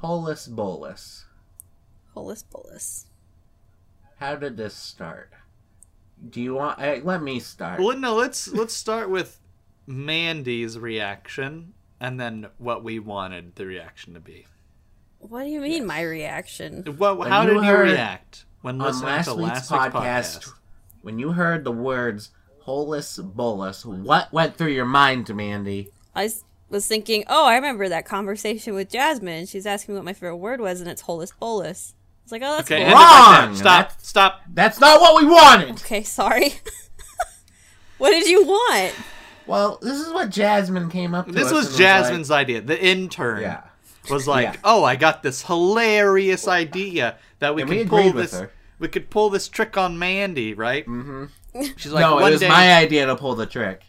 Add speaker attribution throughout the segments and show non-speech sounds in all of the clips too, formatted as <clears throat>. Speaker 1: Holus Bolus.
Speaker 2: Holus bolus.
Speaker 1: How did this start? Do you want? eh, let me start.
Speaker 3: Well, no, let's let's start with Mandy's reaction and then what we wanted the reaction to be.
Speaker 2: What do you mean, my reaction?
Speaker 3: What?
Speaker 1: When
Speaker 3: How
Speaker 1: you
Speaker 3: did you
Speaker 1: heard
Speaker 3: react when
Speaker 1: On
Speaker 3: listening
Speaker 1: last
Speaker 3: to
Speaker 1: week's
Speaker 3: last
Speaker 1: podcast,
Speaker 3: week's podcast?
Speaker 1: when you heard the words Holus Bolus, what went through your mind, Mandy?
Speaker 2: I s- was thinking, oh, I remember that conversation with Jasmine. She's asking me what my favorite word was, and it's holus bolus. I was like, oh, that's
Speaker 3: Okay,
Speaker 2: cool.
Speaker 3: end it right there.
Speaker 1: Wrong!
Speaker 3: Stop!
Speaker 1: That's-
Speaker 3: Stop!
Speaker 1: That's not what we wanted!
Speaker 2: Okay, sorry. <laughs> what did you want?
Speaker 1: Well, this is what Jasmine came up to
Speaker 3: This
Speaker 1: us and
Speaker 3: was
Speaker 1: like-
Speaker 3: Jasmine's idea. The intern
Speaker 1: yeah.
Speaker 3: was like,
Speaker 1: Yeah.
Speaker 3: "Oh, I got this hilarious idea that we
Speaker 1: And
Speaker 3: could
Speaker 1: we
Speaker 3: pull
Speaker 1: agreed with
Speaker 3: this.
Speaker 1: her.
Speaker 3: We could pull this trick on Mandy, right?" Mm-hmm. She's like,
Speaker 1: no,
Speaker 3: "One
Speaker 1: it was
Speaker 3: day,
Speaker 1: my idea to pull the trick.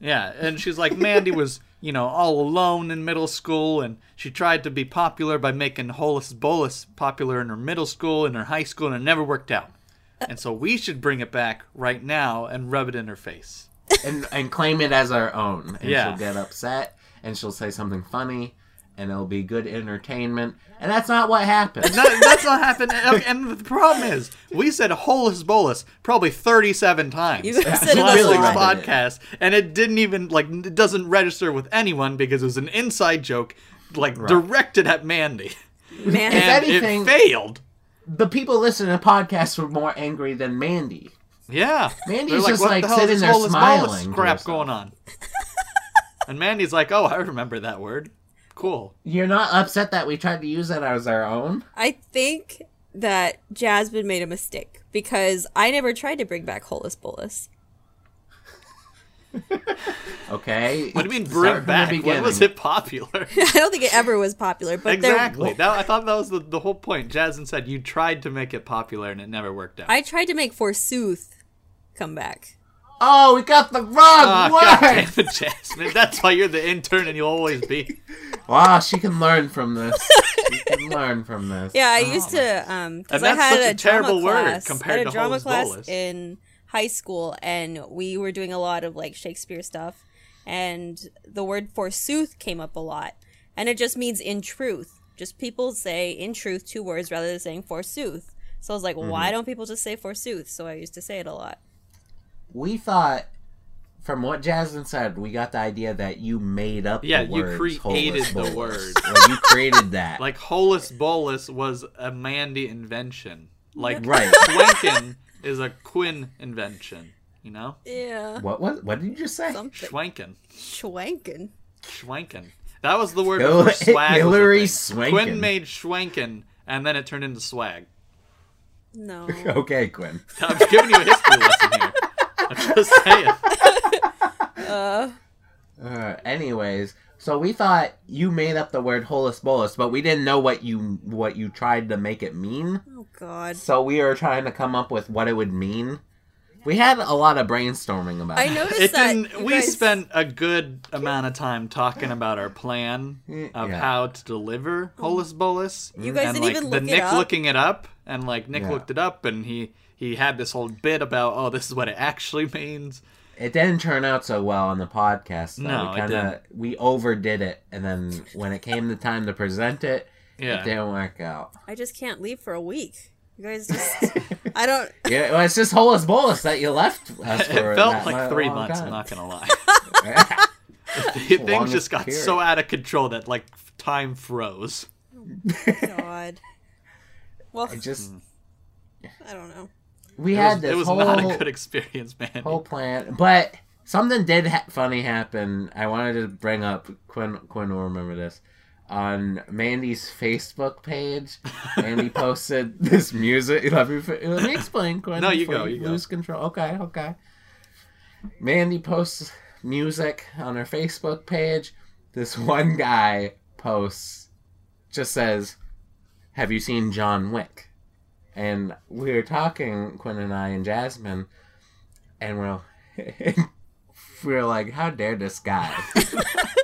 Speaker 3: yeah," and she's like, "Mandy was, you know, all alone in middle school, and she tried to be popular by making Holus Bolus popular in her middle school and her high school, and it never worked out. And so we should bring it back right now and rub it in her face." <laughs>
Speaker 1: and and claim it as our own. And
Speaker 3: Yeah.
Speaker 1: she'll get upset and she'll say something funny and it'll be good entertainment. And that's not what
Speaker 3: <laughs>
Speaker 1: happened.
Speaker 3: No, that's not happening. Okay, And the problem is, we said holus bolus probably 37 times.
Speaker 2: You guys
Speaker 3: in
Speaker 2: said it
Speaker 3: last
Speaker 2: a
Speaker 3: week's
Speaker 1: lot.
Speaker 3: podcast, and it didn't even, like, it doesn't register with anyone because it was an inside joke, like, directed at Mandy.
Speaker 2: Man,
Speaker 3: And
Speaker 1: anything-
Speaker 3: it failed.
Speaker 1: the people listening to podcasts were more angry than Mandy.
Speaker 3: Yeah.
Speaker 1: Mandy's
Speaker 3: They're
Speaker 1: just,
Speaker 3: what
Speaker 1: like,
Speaker 3: the hell is
Speaker 1: sitting
Speaker 3: this
Speaker 1: there
Speaker 3: holus
Speaker 1: smiling to
Speaker 3: bolus crap
Speaker 1: herself.
Speaker 3: going on. and Mandy's like, oh, I remember that word. Cool.
Speaker 1: You're not upset that we tried to use that as our own?
Speaker 2: I think that Jasmine made a mistake because I never tried to bring back holus bolus.
Speaker 1: Okay.
Speaker 3: What do you mean
Speaker 1: Start
Speaker 3: bring
Speaker 1: from the
Speaker 3: back? When was
Speaker 1: beginning.
Speaker 3: it popular?
Speaker 2: <laughs> I don't think it ever was popular, but there
Speaker 3: Exactly. That, I thought that was the, the whole point. Jasmine said you tried to make it popular and it never worked out.
Speaker 2: I tried to make forsooth come back.
Speaker 1: Oh, we got the wrong
Speaker 3: Ah, <laughs>
Speaker 1: word!
Speaker 3: goddamn it, Jasmine. That's why you're the intern and you'll always be.
Speaker 1: Wow, she can learn from this. she can learn from this.
Speaker 2: Yeah, I used to um because
Speaker 3: Oh And
Speaker 2: I
Speaker 3: that's
Speaker 2: had
Speaker 3: such a
Speaker 2: a, drama
Speaker 3: terrible word
Speaker 2: class.
Speaker 3: compared
Speaker 2: I had a
Speaker 3: to
Speaker 2: drama
Speaker 3: holus
Speaker 2: class
Speaker 3: bolus.
Speaker 2: in high school, and we were doing a lot of like Shakespeare stuff, and the word forsooth came up a lot, and it just means in truth. Just people say in truth two words rather than saying forsooth. So I was like,
Speaker 3: Mm-hmm.
Speaker 2: why don't people just say forsooth? So I used to say it a lot.
Speaker 1: We thought, from what Jasmine said, we got the idea that you made up
Speaker 3: Yeah,
Speaker 1: the
Speaker 3: you
Speaker 1: words,
Speaker 3: created
Speaker 1: holus
Speaker 3: the
Speaker 1: bolus.
Speaker 3: word.
Speaker 1: Like, you created that.
Speaker 3: <laughs> Like, holus bolus was a Mandy invention. Like,
Speaker 1: Right.
Speaker 3: Schwenken is a Quinn invention. You know?
Speaker 2: Yeah,
Speaker 1: What was? What did you say?
Speaker 3: <laughs>
Speaker 2: something
Speaker 3: Schwenken.
Speaker 2: schwankin.
Speaker 3: Schwenken. That was the word
Speaker 1: Go-
Speaker 3: before swag.
Speaker 1: Hillary
Speaker 3: was a thing.
Speaker 1: Swanken.
Speaker 3: Quinn made Schwenken and then it turned into swag. <laughs>
Speaker 2: No,
Speaker 1: Okay, Quinn.
Speaker 3: I'm giving you a history <laughs> lesson here. I'm
Speaker 2: <laughs>
Speaker 3: just saying.
Speaker 1: Uh, anyways, so we thought you made up the word holus bolus, but we didn't know what you what you tried to make it mean.
Speaker 2: oh god.
Speaker 1: So we were trying to come up with what it would mean. We had a lot of brainstorming about
Speaker 2: I
Speaker 1: it.
Speaker 2: noticed
Speaker 3: it
Speaker 2: that
Speaker 3: didn't
Speaker 2: you
Speaker 3: we
Speaker 2: guys-
Speaker 3: spent a good amount of time talking about our plan of
Speaker 1: Mm, Yeah.
Speaker 3: how to deliver holus bolus
Speaker 2: You guys
Speaker 3: and
Speaker 2: didn't
Speaker 3: like
Speaker 2: even
Speaker 3: the
Speaker 2: look it
Speaker 3: nick
Speaker 2: up.
Speaker 3: looking it up and like nick
Speaker 1: Yeah.
Speaker 3: looked it up and he he had this whole bit about oh this is what it actually <laughs> means
Speaker 1: It didn't turn out so well on the podcast. Though.
Speaker 3: No,
Speaker 1: we
Speaker 3: it
Speaker 1: kinda, we overdid it, and then when it came the time to present it,
Speaker 3: Yeah.
Speaker 1: it didn't work out.
Speaker 2: I just can't leave for a week. You guys just I don't
Speaker 1: Yeah, well, it's just holus bolus that you left us
Speaker 3: <laughs> it
Speaker 1: for.
Speaker 3: felt
Speaker 1: that
Speaker 3: like
Speaker 1: lo-
Speaker 3: three
Speaker 1: long
Speaker 3: months i'm
Speaker 1: time.
Speaker 3: not gonna lie things
Speaker 1: longest
Speaker 3: just got
Speaker 1: period.
Speaker 3: so out of control that like time froze
Speaker 2: God. Well,
Speaker 1: <laughs> It
Speaker 3: <laughs>
Speaker 1: just
Speaker 2: I don't know.
Speaker 1: we
Speaker 3: it
Speaker 1: had
Speaker 3: was,
Speaker 1: this
Speaker 3: it was
Speaker 1: whole
Speaker 3: not a good experience man
Speaker 1: whole plan, but something did ha- funny happen. I wanted to bring up Quinn. Quinn will remember this. On Mandy's Facebook page, Mandy
Speaker 3: <laughs>
Speaker 1: posted this music. Let me, fi- let me explain, Quinn.
Speaker 3: No, you
Speaker 1: before
Speaker 3: go, you go.
Speaker 1: lose control. Okay, okay. Mandy posts music on her Facebook page. This one guy posts, just says, "Have you seen John Wick?" And we were talking, Quinn and I and Jasmine, and we're <laughs> we're like, how dare this guy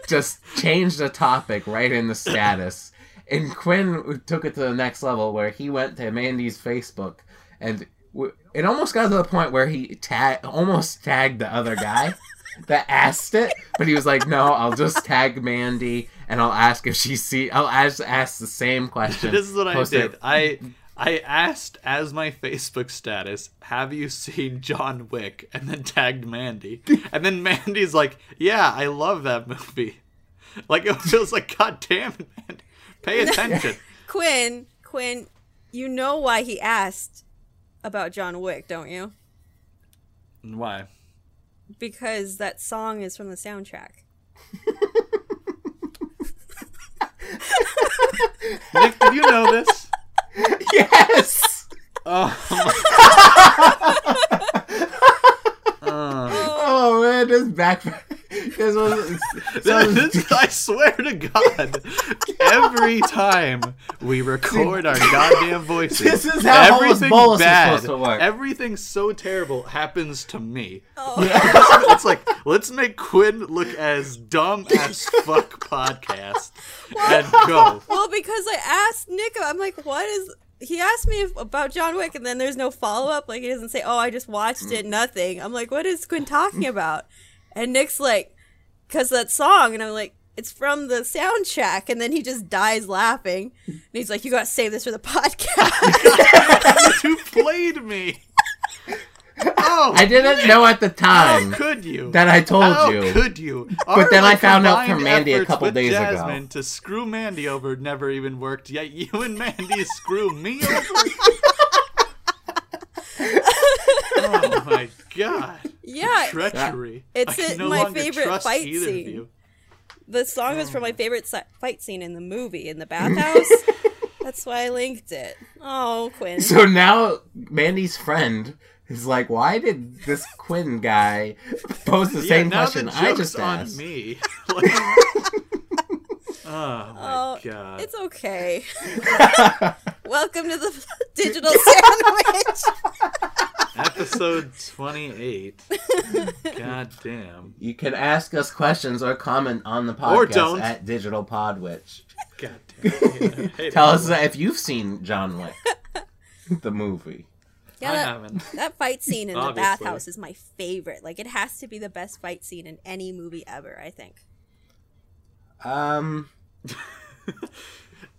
Speaker 1: just change the topic right in the status? And Quinn took it to the next level where he went to Mandy's Facebook, and w- it almost got to the point where he tag almost tagged the other guy that asked it, but he was like, no, I'll just tag Mandy, and I'll ask if she see. I'll ask ask the same question.
Speaker 3: this is what I
Speaker 1: posted-
Speaker 3: did. I I asked as my Facebook status, "Have you seen John Wick?" and then tagged
Speaker 1: <laughs>
Speaker 3: Mandy, and then Mandy's like, "Yeah, I love that movie." Like it feels like, "God damn it, Mandy,
Speaker 1: <laughs>
Speaker 3: pay attention."
Speaker 2: Quinn, Quinn, you know why he asked about John Wick, don't you?
Speaker 3: Why?
Speaker 2: Because that song is from the soundtrack.
Speaker 3: Nick, did you
Speaker 1: <laughs>
Speaker 3: know this?
Speaker 1: <laughs> Yes.
Speaker 3: Oh. my- Uh,
Speaker 1: Oh man, this back. <laughs> This
Speaker 3: <laughs>
Speaker 1: was so, <laughs>
Speaker 3: this- I swear to God, every time we record our goddamn voices,
Speaker 1: This is how Hollis Bolus is supposed to work.
Speaker 3: everything so terrible happens to me.
Speaker 2: Oh,
Speaker 3: <laughs> it's like let's make Quinn look as
Speaker 1: <laughs>
Speaker 3: dumb as fuck podcast and go. <laughs>
Speaker 2: well, because I asked Nick, I'm like, what is? He asked me if, about John Wick, and then there's no follow up. Like he doesn't say, "Oh, I just watched it, nothing." I'm like, what is Quinn talking about? And Nick's like, "Cause that song," and I'm like, "It's from the soundtrack." And then he just dies laughing, and he's like, "You gotta save this for the <laughs> podcast."
Speaker 3: Who played
Speaker 1: <laughs>
Speaker 3: me? Oh,
Speaker 1: I didn't know at the
Speaker 3: how
Speaker 1: time
Speaker 3: could you?
Speaker 1: that I told
Speaker 3: How
Speaker 1: you.
Speaker 3: could you?
Speaker 1: But then
Speaker 3: Our
Speaker 1: I found out
Speaker 3: combined
Speaker 1: from Mandy a
Speaker 3: efforts
Speaker 1: couple
Speaker 3: with
Speaker 1: days ago.
Speaker 3: Jasmine To screw Mandy over never even worked. Yet you
Speaker 1: <laughs>
Speaker 3: and Mandy screw me over. oh my god!
Speaker 2: yeah,
Speaker 3: Treachery.
Speaker 2: It's
Speaker 3: I can
Speaker 2: in
Speaker 3: no
Speaker 2: my
Speaker 3: longer
Speaker 2: favorite
Speaker 3: trust
Speaker 2: fight
Speaker 3: either
Speaker 2: scene.
Speaker 3: Of you.
Speaker 2: the song was from my favorite si- fight scene in the movie in the bathhouse. That's why I linked it. Oh, Quinn.
Speaker 1: So now Mandy's friend is like, "Why did this Quinn guy pose the same
Speaker 3: now
Speaker 1: question
Speaker 3: the
Speaker 1: I
Speaker 3: joke's
Speaker 1: just
Speaker 3: on
Speaker 1: asked?" <laughs>
Speaker 3: me. <laughs> Like- oh my
Speaker 2: Oh,
Speaker 3: god!
Speaker 2: It's okay. Welcome to the <laughs> digital sandwich. <laughs>
Speaker 3: Episode twenty-eight. god damn!
Speaker 1: You can ask us questions or comment on the podcast
Speaker 3: Or don't.
Speaker 1: at Digital
Speaker 3: <laughs>
Speaker 1: Podwitch.
Speaker 3: God damn!
Speaker 1: <laughs>
Speaker 3: Hey,
Speaker 1: Tell us if you've seen John
Speaker 3: <laughs>
Speaker 1: Wick, the movie.
Speaker 2: Yeah,
Speaker 3: I
Speaker 2: that,
Speaker 3: haven't.
Speaker 2: that fight scene in the
Speaker 3: Obviously.
Speaker 2: bathhouse is my favorite. Like, it has to be the best fight scene in any movie ever. I think.
Speaker 1: Um,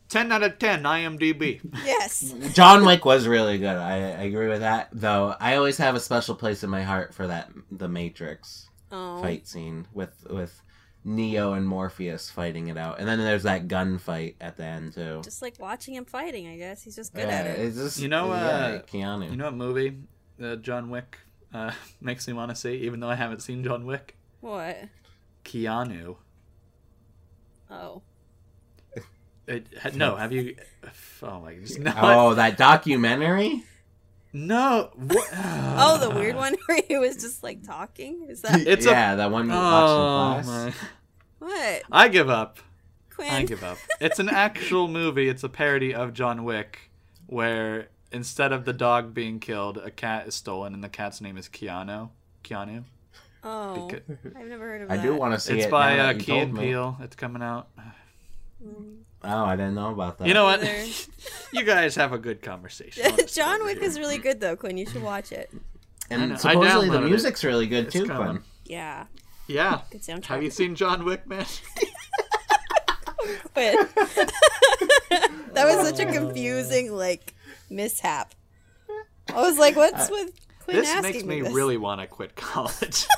Speaker 3: 10 out of 10 IMDb.
Speaker 2: Yes.
Speaker 1: John Wick was really good. I, I agree with that, though. I always have a special place in my heart for that the Matrix
Speaker 2: Oh,
Speaker 1: fight scene with with Neo and Morpheus fighting it out, and then there's that gunfight at the end too.
Speaker 2: just like watching him fighting. I guess he's just good
Speaker 1: yeah,
Speaker 2: at it.
Speaker 1: It's just,
Speaker 3: You know,
Speaker 1: yeah,
Speaker 3: uh,
Speaker 1: Keanu.
Speaker 3: <laughs>
Speaker 1: <laughs>
Speaker 3: You know what movie uh, John Wick uh, <laughs> makes me want to see, even though I haven't seen John Wick?
Speaker 2: What?
Speaker 3: Keanu.
Speaker 2: Oh.
Speaker 3: It, ha- no, have you? <sighs> Oh my goodness. No,
Speaker 1: oh, that documentary.
Speaker 3: no. What?
Speaker 2: <laughs> Oh, the weird one <laughs> where he was just like talking. Is that
Speaker 3: <sighs> It's a-
Speaker 1: yeah, that one we
Speaker 3: Oh
Speaker 1: watched in class.
Speaker 3: my!
Speaker 2: what?
Speaker 3: I give up.
Speaker 2: Quinn.
Speaker 3: I give up. It's
Speaker 2: <laughs>
Speaker 3: an actual movie. It's a parody of John Wick, where instead of the dog being killed, a cat is stolen, and the cat's name is Keanu. Keanu.
Speaker 2: Oh,
Speaker 3: Beca-
Speaker 2: I've never heard of
Speaker 1: I
Speaker 2: that.
Speaker 1: do want to see
Speaker 3: it's
Speaker 1: it.
Speaker 3: by
Speaker 1: now
Speaker 3: uh,
Speaker 1: that you
Speaker 3: Key and
Speaker 1: told me.
Speaker 3: Peele. It's coming out.
Speaker 1: Oh, I didn't know about that.
Speaker 3: You know what?
Speaker 2: Either.
Speaker 3: <laughs> you guys have a good
Speaker 2: <laughs>
Speaker 3: conversation. I'll
Speaker 2: to.
Speaker 3: just
Speaker 2: John
Speaker 3: go
Speaker 2: Wick
Speaker 3: here.
Speaker 2: is really good though, Quinn. You should watch it.
Speaker 1: and
Speaker 3: I know. I
Speaker 1: supposedly the
Speaker 3: downloaded it.
Speaker 1: music's really good
Speaker 3: It's
Speaker 1: too.
Speaker 3: coming.
Speaker 1: Quinn.
Speaker 2: Yeah,
Speaker 3: Yeah.
Speaker 2: good soundtrack.
Speaker 3: Have you seen John Wick, man?
Speaker 2: <laughs> Quinn. <laughs> that was such a confusing like mishap. I was like,
Speaker 1: Uh,
Speaker 2: "What's with Quinn
Speaker 3: this
Speaker 2: asking
Speaker 3: makes me
Speaker 2: this?
Speaker 3: really want to quit college.
Speaker 2: <laughs>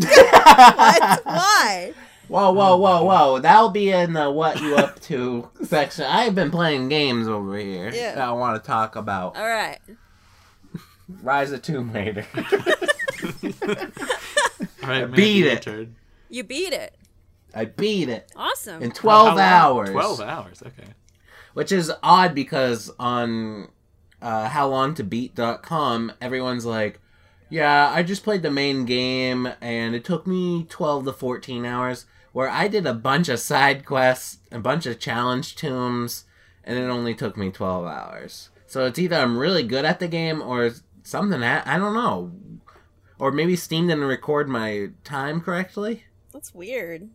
Speaker 2: What?
Speaker 3: <laughs>
Speaker 2: Why?
Speaker 1: <laughs> Whoa,
Speaker 3: Oh,
Speaker 1: whoa, whoa, whoa! That'll be in the "What You Up
Speaker 3: <laughs>
Speaker 1: To" section. I've been playing games over here.
Speaker 2: Yeah. Uh,
Speaker 1: that I want to talk about
Speaker 2: All right.
Speaker 1: Rise of Tomb
Speaker 3: <laughs>
Speaker 1: Raider.
Speaker 3: All right, man,
Speaker 1: Beat
Speaker 3: your
Speaker 1: it.
Speaker 3: turn.
Speaker 2: You beat it.
Speaker 1: I beat it
Speaker 2: Awesome.
Speaker 1: in twelve
Speaker 3: How long?
Speaker 1: hours.
Speaker 3: Twelve hours. Okay.
Speaker 1: which is odd because on uh, howlongtobeat.com everyone's like yeah i just played the main game and it took me 12 to 14 hours where i did a bunch of side quests a bunch of challenge tombs and it only took me 12 hours so it's either i'm really good at the game or something ha- i don't know or maybe steam didn't record my time correctly
Speaker 2: That's weird.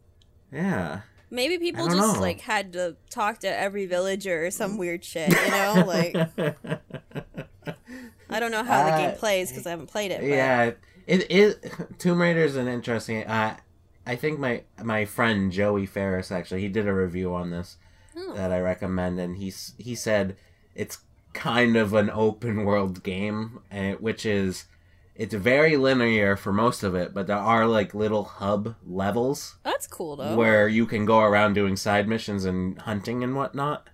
Speaker 1: yeah
Speaker 2: Maybe people
Speaker 1: don't
Speaker 2: just
Speaker 1: know.
Speaker 2: like had to talk to every villager or some weird shit.
Speaker 1: <laughs>
Speaker 2: You know, like I don't know how the
Speaker 1: Uh, <laughs>
Speaker 2: game plays because I haven't played it. But
Speaker 1: Yeah, it is. Tomb Raider is an interesting. Uh, I think my my friend Joey Ferris actually he did a review on this
Speaker 2: Oh.
Speaker 1: that I recommend, and he's he said it's kind of an open world game, and which is it's very linear for most of it, but there are like little hub levels
Speaker 2: That's cool though.
Speaker 1: where you can go around doing side missions and hunting and whatnot,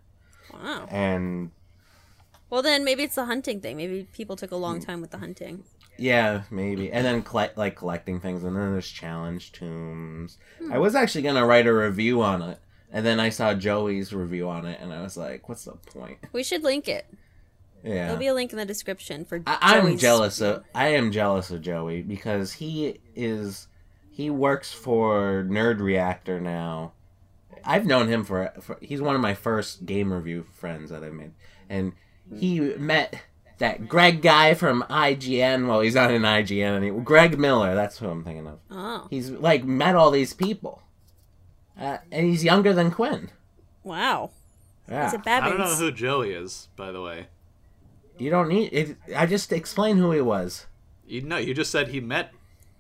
Speaker 2: Wow.
Speaker 1: and
Speaker 2: Well, then maybe it's the hunting thing. Maybe people took a
Speaker 1: Mm.
Speaker 2: long time with the hunting.
Speaker 1: Yeah, maybe. And then collect, like collecting things, and then there's challenge tombs. I was actually gonna write a review on it, and then I saw Joey's review on it, and I was like, "What's the point?"
Speaker 2: We should link it.
Speaker 1: Yeah,
Speaker 2: There'll be a link in the description for.
Speaker 1: I, I'm
Speaker 2: Joey's-
Speaker 1: jealous of I am jealous of Joey because he is he works for Nerd Reactor now. I've known him for, for he's one of my first game review friends that I've made, and he met that Greg guy from IGN. Well, he's not in IGN anymore. Greg Miller, that's who I'm thinking of.
Speaker 2: Oh
Speaker 1: He's like met all these people, uh, and he's younger than Quinn.
Speaker 2: wow!
Speaker 1: Yeah,
Speaker 2: It's a
Speaker 3: I don't know
Speaker 2: Babbins.
Speaker 3: who Joey is, by the way.
Speaker 1: you don't need it. I just explained who he was.
Speaker 3: You know, you just said he met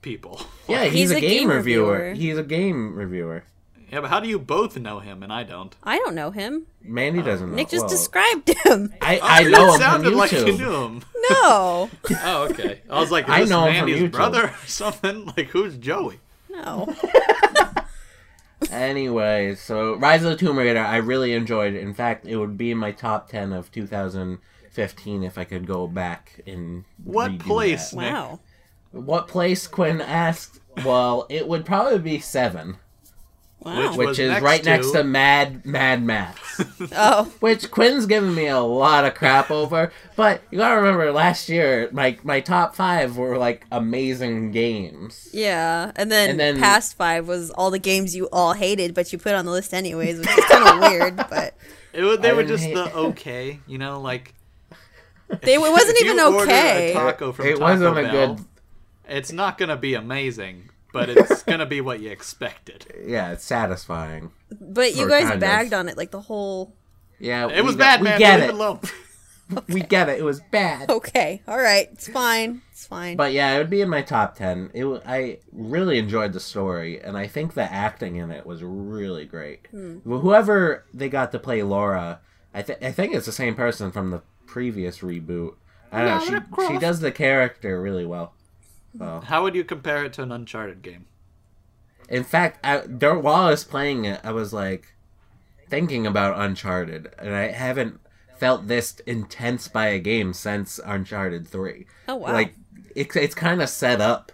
Speaker 3: people.
Speaker 1: Yeah, he's,
Speaker 2: He's
Speaker 1: a,
Speaker 2: a
Speaker 1: game,
Speaker 2: game
Speaker 1: reviewer.
Speaker 2: reviewer.
Speaker 1: He's a game reviewer.
Speaker 3: Yeah, but how do you both know him and I don't?
Speaker 2: I don't know him.
Speaker 1: Mandy doesn't know.
Speaker 2: Nick just
Speaker 1: Oh, Well,
Speaker 2: described him. <laughs>
Speaker 1: I,
Speaker 3: Oh,
Speaker 1: I
Speaker 3: <laughs> it
Speaker 1: know him from
Speaker 3: sounded
Speaker 1: YouTube.
Speaker 3: like you knew him.
Speaker 2: No,
Speaker 3: Oh, okay. I was like, is
Speaker 1: I
Speaker 3: this
Speaker 1: know him from
Speaker 3: Mandy's
Speaker 1: YouTube.
Speaker 3: brother or <laughs> something? Like, who's Joey?
Speaker 1: <laughs>
Speaker 2: no.
Speaker 1: Anyway, so Rise of the Tomb Raider, I really enjoyed. In fact, it would be in my top ten of 2015 if I could go back and
Speaker 3: What
Speaker 1: redo
Speaker 3: place?
Speaker 1: that.
Speaker 2: Wow.
Speaker 1: What place? Quinn asked. Well, it would probably be seven,
Speaker 2: Wow.
Speaker 3: Which
Speaker 1: which
Speaker 3: was
Speaker 1: is
Speaker 3: next
Speaker 1: right next
Speaker 3: to-
Speaker 1: to Mad Mad Max.
Speaker 2: oh,
Speaker 1: which Quinn's given me a lot of crap over. But you gotta remember, last year my my top five were like amazing games.
Speaker 2: yeah. And then,
Speaker 1: And then-
Speaker 2: past five was all the games you all hated, but you put on the list anyways, which is kind of <laughs> weird. But
Speaker 3: It, wa- they
Speaker 1: I
Speaker 3: were
Speaker 1: didn't
Speaker 3: just
Speaker 1: hate- <laughs>
Speaker 3: the okay, you know, like.
Speaker 2: they, it wasn't
Speaker 3: if
Speaker 2: even
Speaker 3: you order
Speaker 2: okay.
Speaker 3: A taco from
Speaker 1: It
Speaker 3: Taco
Speaker 1: wasn't a
Speaker 3: Bell,
Speaker 1: good-
Speaker 3: It's not gonna be amazing, but
Speaker 2: <laughs>
Speaker 3: it's gonna be what you expected.
Speaker 1: Yeah, it's satisfying.
Speaker 2: but you
Speaker 1: or
Speaker 2: guys
Speaker 1: kind of.
Speaker 2: bagged on it like the whole.
Speaker 1: Yeah,
Speaker 3: It was
Speaker 1: we,
Speaker 3: bad,
Speaker 1: we
Speaker 3: man.
Speaker 1: Get
Speaker 3: Leave
Speaker 1: it.
Speaker 3: it alone.
Speaker 1: We get it. It was bad.
Speaker 2: Okay, all right, it's fine, it's fine.
Speaker 1: But yeah, it would be in my top ten. It wa- I really enjoyed the story, and I think the acting in it was really great. Well, whoever they got to play Laura, I think I think it's the same person from the previous reboot. I don't know.
Speaker 3: Laura
Speaker 1: She,
Speaker 3: Croft.
Speaker 1: she does the character really well. So.
Speaker 3: How would you compare it to an Uncharted game?
Speaker 1: In fact, I, there, while I was playing it, I was like thinking about Uncharted, and I haven't felt this intense by a game since Uncharted Three.
Speaker 2: oh wow.
Speaker 1: Like it's it's kind of set up,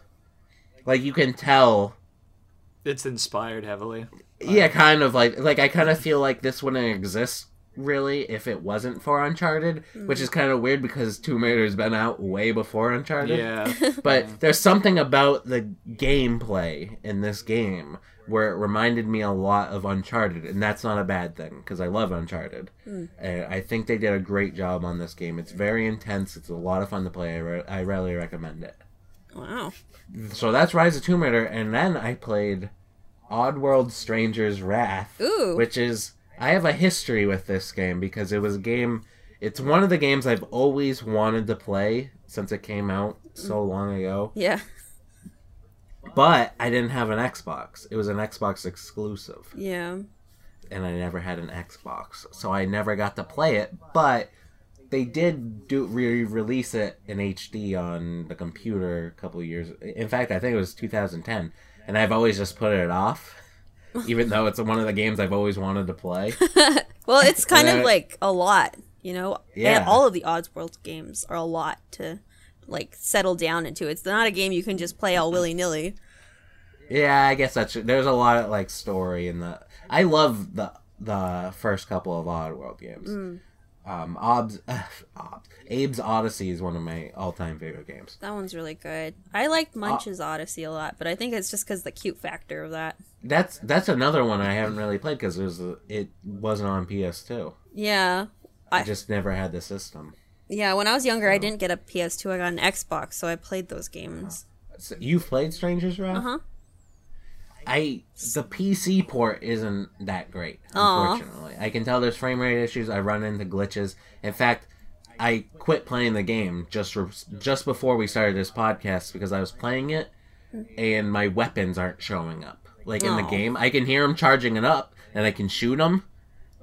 Speaker 1: like you can tell.
Speaker 3: It's inspired heavily.
Speaker 1: Yeah, kind of like like I kind of feel like this wouldn't exist really if it wasn't for Uncharted, which is kind of weird because Tomb Raider's been out way before Uncharted.
Speaker 3: Yeah.
Speaker 2: <laughs>
Speaker 1: But there's something about the gameplay in this game where it reminded me a lot of Uncharted, and that's not a bad thing because I love Uncharted. And I think they did a great job on this game. It's very intense. It's a lot of fun to play. I, re- I really recommend it.
Speaker 2: wow.
Speaker 1: So that's Rise of Tomb Raider, and then I played Oddworld: Stranger's Wrath,
Speaker 2: Ooh.
Speaker 1: which is I have a history with this game because it was a game. It's one of the games I've always wanted to play since it came out so long ago
Speaker 2: Yeah.
Speaker 1: but I didn't have an Xbox. It was an Xbox exclusive,
Speaker 2: Yeah.
Speaker 1: and I never had an Xbox, so I never got to play it. But they did do re-release it in HD on the computer a couple years. In fact, I think it was 2010, and I've always just put it off, <laughs> even though it's one of the games I've always wanted to play.
Speaker 2: Well,
Speaker 1: <laughs>
Speaker 2: it's kind
Speaker 1: then
Speaker 2: of
Speaker 1: it-
Speaker 2: like a lot, you know.
Speaker 1: Yeah.
Speaker 2: And all of the Oddworld games are a lot to like settle down into. It's not a game you can just play all willy nilly.
Speaker 1: Yeah, I guess that's true. There's a lot of like story in the. I love the the first couple of Oddworld games. Um, Ob's, <laughs> Ob- Abe's Odyssey is one of my all time favorite games.
Speaker 2: That one's really good. I
Speaker 1: Uh,
Speaker 2: liked Munch's Odyssey a lot, but I think it's just because the cute factor of that.
Speaker 1: That's that's another one I haven't really played because it was it wasn't on PS2.
Speaker 2: Yeah.
Speaker 1: I
Speaker 2: I-
Speaker 1: just never had the system.
Speaker 2: Yeah, when I was younger, I didn't get a PS2. I got an Xbox, so I played those games.
Speaker 1: So you've played Strangers Wrath?
Speaker 2: Uh huh.
Speaker 1: I the PC port isn't that great,
Speaker 2: Aw.
Speaker 1: unfortunately. I can tell there's frame rate issues. I run into glitches. In fact, I quit playing the game just re- just before we started this podcast because I was playing it and my weapons aren't showing up. like in the
Speaker 2: Aw.
Speaker 1: game. I can hear them charging it up, and I can shoot them,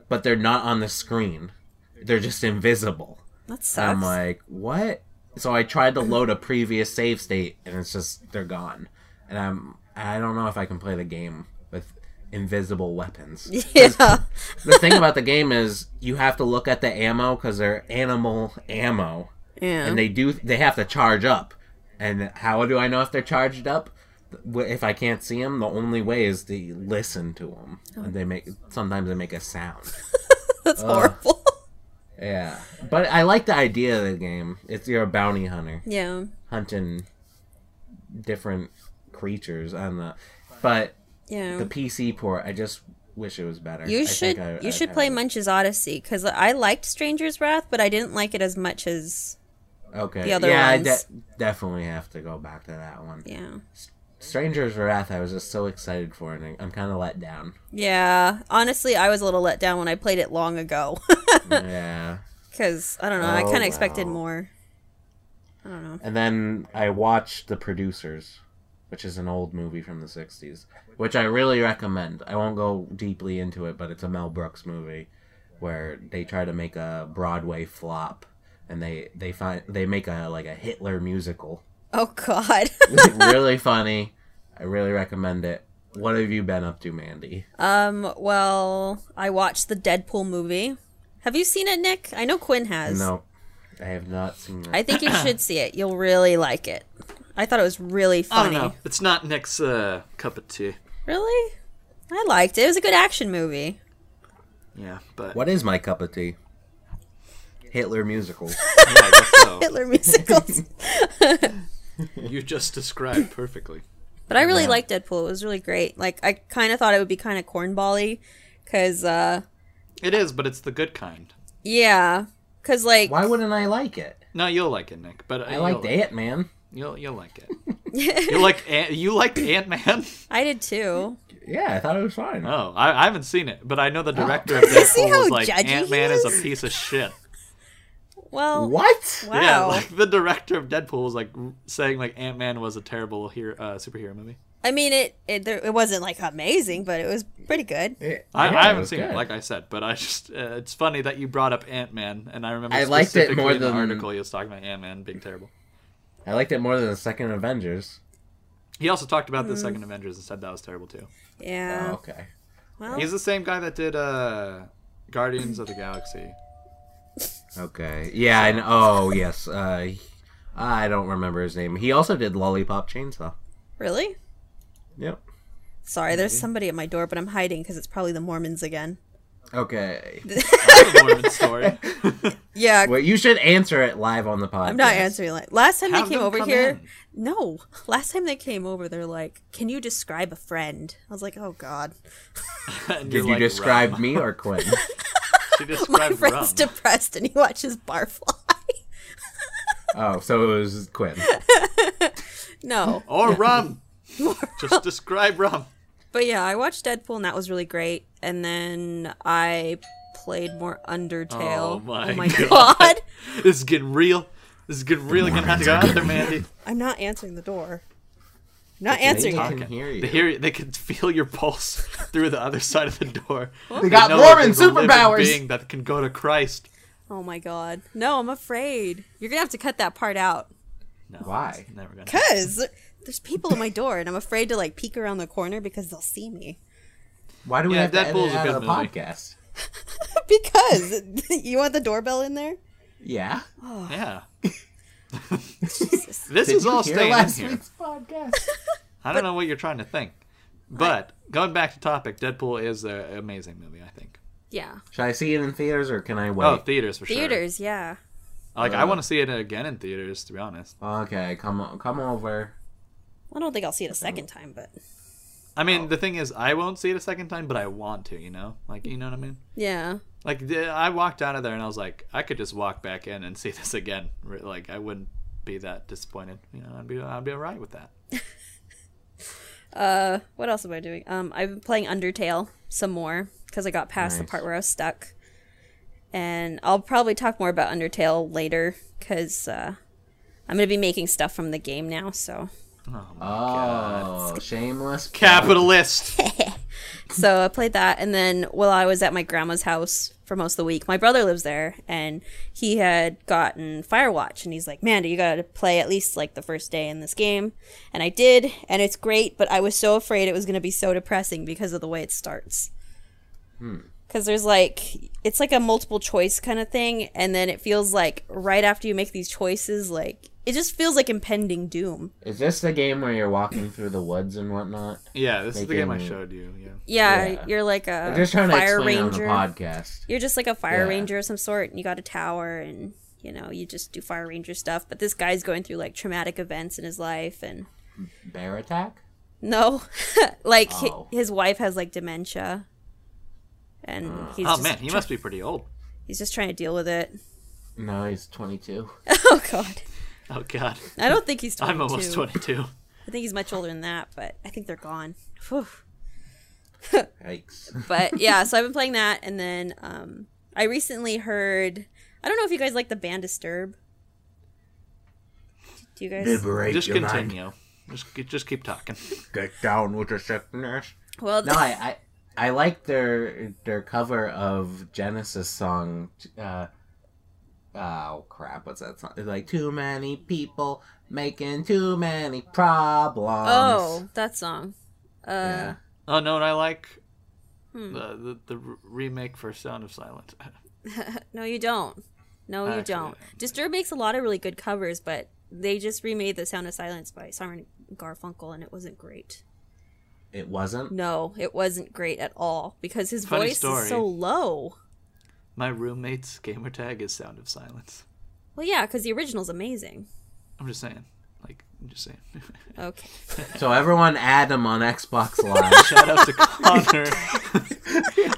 Speaker 1: but they're not on the screen. They're just invisible.
Speaker 2: That
Speaker 1: And
Speaker 2: sucks.
Speaker 1: I'm like, what? So I tried to load a previous save state, and it's just they're gone. And I'm I don't know if I can play the game with invisible weapons.
Speaker 2: <laughs> yeah.
Speaker 1: the thing about the game is you have to look at the ammo because they're animal ammo
Speaker 2: Yeah.
Speaker 1: and they do they have to charge up and how do i know if they're charged up W- if i can't see them the only way is to listen to them and they make sometimes they make a sound
Speaker 2: That's
Speaker 1: uh,
Speaker 2: horrible. <laughs>
Speaker 1: yeah but i like the idea of the game it's you're a bounty hunter
Speaker 2: yeah.
Speaker 1: hunting different creatures on the but
Speaker 2: Yeah.
Speaker 1: the pc port i just wish it was better I
Speaker 2: you
Speaker 1: think
Speaker 2: should
Speaker 1: I-
Speaker 2: you
Speaker 1: I
Speaker 2: should
Speaker 1: have
Speaker 2: play
Speaker 1: it.
Speaker 2: Munch's Odyssey because I liked Stranger's Wrath, but I didn't like it as much as
Speaker 1: Okay.
Speaker 2: the other
Speaker 1: yeah, I
Speaker 2: ones.
Speaker 1: de- definitely have to go back to that one.
Speaker 2: yeah.
Speaker 1: Stranger's Wrath, I was just so excited for, and I'm kind of let
Speaker 2: <laughs>
Speaker 1: down.
Speaker 2: Yeah, honestly, I was a little let down when I played it long ago <laughs>
Speaker 1: yeah.
Speaker 2: because I don't know. I
Speaker 1: Oh,
Speaker 2: kind of expected
Speaker 1: wow.
Speaker 2: more. I don't know.
Speaker 1: And then I watched The Producers, which is an old movie from the 60s, which I really recommend. I won't go deeply into it, but it's a Mel Brooks movie where they try to make a Broadway flop and they they find they make a like a Hitler <laughs> musical.
Speaker 2: Oh God. <laughs>
Speaker 1: really funny. I really recommend it. What have you been up to, Mandy?
Speaker 2: um. Well, I watched the Deadpool movie. Have you seen it, Nick? I know Quinn has.
Speaker 1: No, I have not seen that.
Speaker 2: I think you should see it. You'll really like it. I thought it was really
Speaker 3: I don't
Speaker 2: funny.
Speaker 3: know. It's not Nick's uh, cup of tea.
Speaker 2: Really? I liked it. It was a good action movie.
Speaker 3: Yeah, but
Speaker 1: What is my cup of tea? Hitler musicals.
Speaker 3: yeah, I guess so.
Speaker 2: Hitler musicals.
Speaker 3: you just described perfectly.
Speaker 2: But I really liked Deadpool. It was really great. Like I kind of thought it would be kind of cornbally, cause uh,
Speaker 3: It is, but it's the good kind.
Speaker 2: yeah, cause like
Speaker 1: Why wouldn't I like it?
Speaker 3: No, you'll like it, Nick. But uh,
Speaker 1: I liked
Speaker 3: you'll,
Speaker 1: Ant Man.
Speaker 3: You'll you'll like it. you like Ant- you liked Ant Man.
Speaker 2: I did too.
Speaker 1: Yeah, I thought it was fine.
Speaker 3: Oh, I, I haven't seen it, but I
Speaker 1: Oh.
Speaker 3: know
Speaker 1: <laughs>
Speaker 3: the director of Deadpool
Speaker 2: see how
Speaker 3: was like
Speaker 2: judgy he
Speaker 3: Ant Man is
Speaker 2: is?
Speaker 3: a piece of shit.
Speaker 2: Well,
Speaker 1: What?
Speaker 2: wow.
Speaker 3: Yeah, like the director of Deadpool was like r- saying like Ant Man was a terrible hero, uh, superhero movie.
Speaker 2: I mean, it it, there, it wasn't like amazing, but it was pretty good.
Speaker 1: It-
Speaker 3: I,
Speaker 1: yeah,
Speaker 3: I
Speaker 1: it
Speaker 3: haven't
Speaker 1: was
Speaker 3: seen it,
Speaker 1: good.
Speaker 3: like I said, but I just uh, it's funny that you brought up Ant Man, and I remember
Speaker 1: I liked it
Speaker 3: specifically
Speaker 1: more
Speaker 3: in the
Speaker 1: than-
Speaker 3: article you was talking about Ant Man being terrible.
Speaker 1: I liked it more than the second Avengers.
Speaker 3: He also talked about
Speaker 1: Mm.
Speaker 3: the second Avengers and said that was terrible too.
Speaker 2: Yeah.
Speaker 1: Oh, okay.
Speaker 2: Well,
Speaker 3: He's the same guy that did uh, Guardians of
Speaker 1: <laughs>
Speaker 3: the Galaxy.
Speaker 1: Okay. Yeah. And oh yes. Uh, he- I don't remember his name. He also did Lollipop Chainsaw.
Speaker 2: really?
Speaker 1: Yep.
Speaker 2: Sorry, there's somebody at my door, but I'm hiding because it's probably the Mormons again.
Speaker 1: <laughs> Okay.
Speaker 3: That's a Mormon story. <laughs>
Speaker 2: Yeah,
Speaker 1: Well, you should answer it live on the podcast.
Speaker 2: I'm not answering. Like last time
Speaker 3: Have
Speaker 2: they came
Speaker 3: them
Speaker 2: over
Speaker 3: come
Speaker 2: here,
Speaker 3: in.
Speaker 2: no. Last time they came over, they're like, "Can you describe a friend?" I was like, "Oh God,
Speaker 3: And
Speaker 1: Did
Speaker 3: you're
Speaker 1: you
Speaker 3: like,
Speaker 1: describe
Speaker 3: rum.
Speaker 1: me or <laughs> Quinn?
Speaker 2: <laughs> my
Speaker 3: She
Speaker 1: <laughs>
Speaker 3: described rum.
Speaker 2: friend's depressed and he watches Barfly."
Speaker 1: oh, so it was <laughs> Quinn.
Speaker 2: <laughs> no,
Speaker 3: or rum.
Speaker 1: <laughs>
Speaker 3: Just describe rum.
Speaker 2: but yeah, I watched Deadpool and that was really great. And then I played more Undertale.
Speaker 3: Oh my
Speaker 2: god.
Speaker 3: God. This is getting real. This is getting real. You're gonna have to go out
Speaker 1: <laughs>
Speaker 3: there, Mandy.
Speaker 2: <laughs> I'm not answering the door. I'm not
Speaker 1: They
Speaker 2: answering it.
Speaker 1: can hear you.
Speaker 3: They hear you. They can feel your pulse through the other side of the door.
Speaker 1: They got
Speaker 3: know
Speaker 1: Mormon
Speaker 3: there's a living
Speaker 1: superpowers.
Speaker 3: Being that can go to Christ.
Speaker 2: Oh my god. No, I'm afraid. You're gonna have to cut that part out.
Speaker 3: No,
Speaker 1: Why?
Speaker 3: it's Never gonna.
Speaker 2: Cause there's people at my door and I'm afraid to like peek around the corner because they'll see me.
Speaker 1: Why do we
Speaker 3: Yeah,
Speaker 1: have to
Speaker 3: Deadpool's
Speaker 1: edit
Speaker 3: a
Speaker 1: out
Speaker 3: good
Speaker 1: of the
Speaker 3: movie.
Speaker 1: podcast?
Speaker 2: <laughs> because <laughs> you want the doorbell in there?
Speaker 1: Yeah.
Speaker 3: Yeah. this is all
Speaker 1: Hear
Speaker 3: staying in
Speaker 1: last
Speaker 3: here.
Speaker 1: week's podcast.
Speaker 3: I don't know what you're trying to think, but going back to topic, Deadpool is an amazing movie. I think.
Speaker 2: <laughs> Yeah.
Speaker 1: Should I see it in theaters or can I wait? Uh.
Speaker 3: Oh, theaters for sure.
Speaker 2: Theaters, yeah.
Speaker 3: Like I want to see it again in theaters. To be honest,
Speaker 1: Okay, come o- come over.
Speaker 2: I don't think I'll see it a second time, but
Speaker 3: I mean the thing is, I won't see it a second time, but I want to. You know, like you know what I mean.
Speaker 2: yeah.
Speaker 3: Like the- I walked out of there and I was like, I could just walk back in and <laughs> see this again. Re- Like I wouldn't be that disappointed. You know, I'd be I'd be alright with that.
Speaker 2: Uh, what else am I doing? Um, I've been playing Undertale some more because I got past the
Speaker 1: Nice.
Speaker 2: part where I was stuck, and I'll probably talk more about Undertale later because uh, I'm gonna be making stuff from the game now. So
Speaker 3: Oh my god.
Speaker 1: Oh,
Speaker 3: <laughs>
Speaker 1: shameless. plug.
Speaker 3: Capitalist.
Speaker 2: So I played that, and then while I was at my grandma's house for most of the week, my brother lives there, and he had gotten Firewatch, and he's like, "Manda, you gotta play at least like the first day in this game," and I did, and it's great, but I was so afraid it was gonna be so depressing because of the way it starts.
Speaker 1: Hmm.
Speaker 2: Because there's like it's like a multiple choice kind of thing, and then it feels like right after you make these choices, like it just feels like impending doom.
Speaker 1: Is this the game where you're walking through the woods and whatnot?
Speaker 3: <laughs> Yeah, this is the game I
Speaker 1: Making-
Speaker 3: showed you. Yeah.
Speaker 2: Yeah,
Speaker 1: Yeah.
Speaker 2: you're like a
Speaker 1: I'm just trying to
Speaker 2: fire
Speaker 1: explain
Speaker 2: ranger.
Speaker 1: on the podcast.
Speaker 2: you're just like a fire
Speaker 1: Yeah.
Speaker 2: ranger of some sort and you got a tower and you know you just do fire ranger stuff but this guy's going through like traumatic events in his life and
Speaker 1: Bear attack?
Speaker 2: no <laughs> like hi-
Speaker 1: Oh.
Speaker 2: his wife has like dementia and he's
Speaker 3: Oh
Speaker 2: just
Speaker 3: man, he
Speaker 2: try-
Speaker 3: must be pretty old.
Speaker 2: he's just trying to deal with it <laughs>
Speaker 1: No, he's 22.
Speaker 2: oh god
Speaker 3: Oh god,
Speaker 2: i don't think he's 22
Speaker 3: <laughs> I'm almost 22.
Speaker 2: i think he's much older than that but i think they're gone Whew.
Speaker 1: Yikes.
Speaker 2: but yeah so i've been playing that and then um i recently heard i don't know if you guys like the band disturb do you guys
Speaker 1: Liberate
Speaker 3: Just continue. Just just keep talking.
Speaker 1: Get down with the sickness.
Speaker 2: well
Speaker 1: No, I, I, I like their their cover of Genesis song. Uh, oh crap, what's that song? It's like too many people making too many problems.
Speaker 2: Oh, that song. Uh,
Speaker 1: Yeah.
Speaker 3: Oh no, and I like
Speaker 2: Hmm.
Speaker 3: the, the the re- remake for Sound of Silence. <laughs>
Speaker 2: No, you don't. No, you
Speaker 3: Actually,
Speaker 2: don't. Disturbed makes a lot of really good covers, but they just remade The Sound of Silence by Simon and Garfunkel, and it wasn't great.
Speaker 1: It wasn't.
Speaker 2: No, it wasn't great at all because his
Speaker 3: Funny
Speaker 2: voice
Speaker 3: story.
Speaker 2: is so low.
Speaker 3: My roommate's gamer tag is Sound of Silence.
Speaker 2: Well, yeah, because the original's amazing.
Speaker 3: I'm just saying. Like, I'm just saying. <laughs>
Speaker 2: Okay.
Speaker 1: So everyone add him on
Speaker 3: <laughs>
Speaker 1: Xbox Live.
Speaker 3: Shout out to Connor.
Speaker 1: <laughs>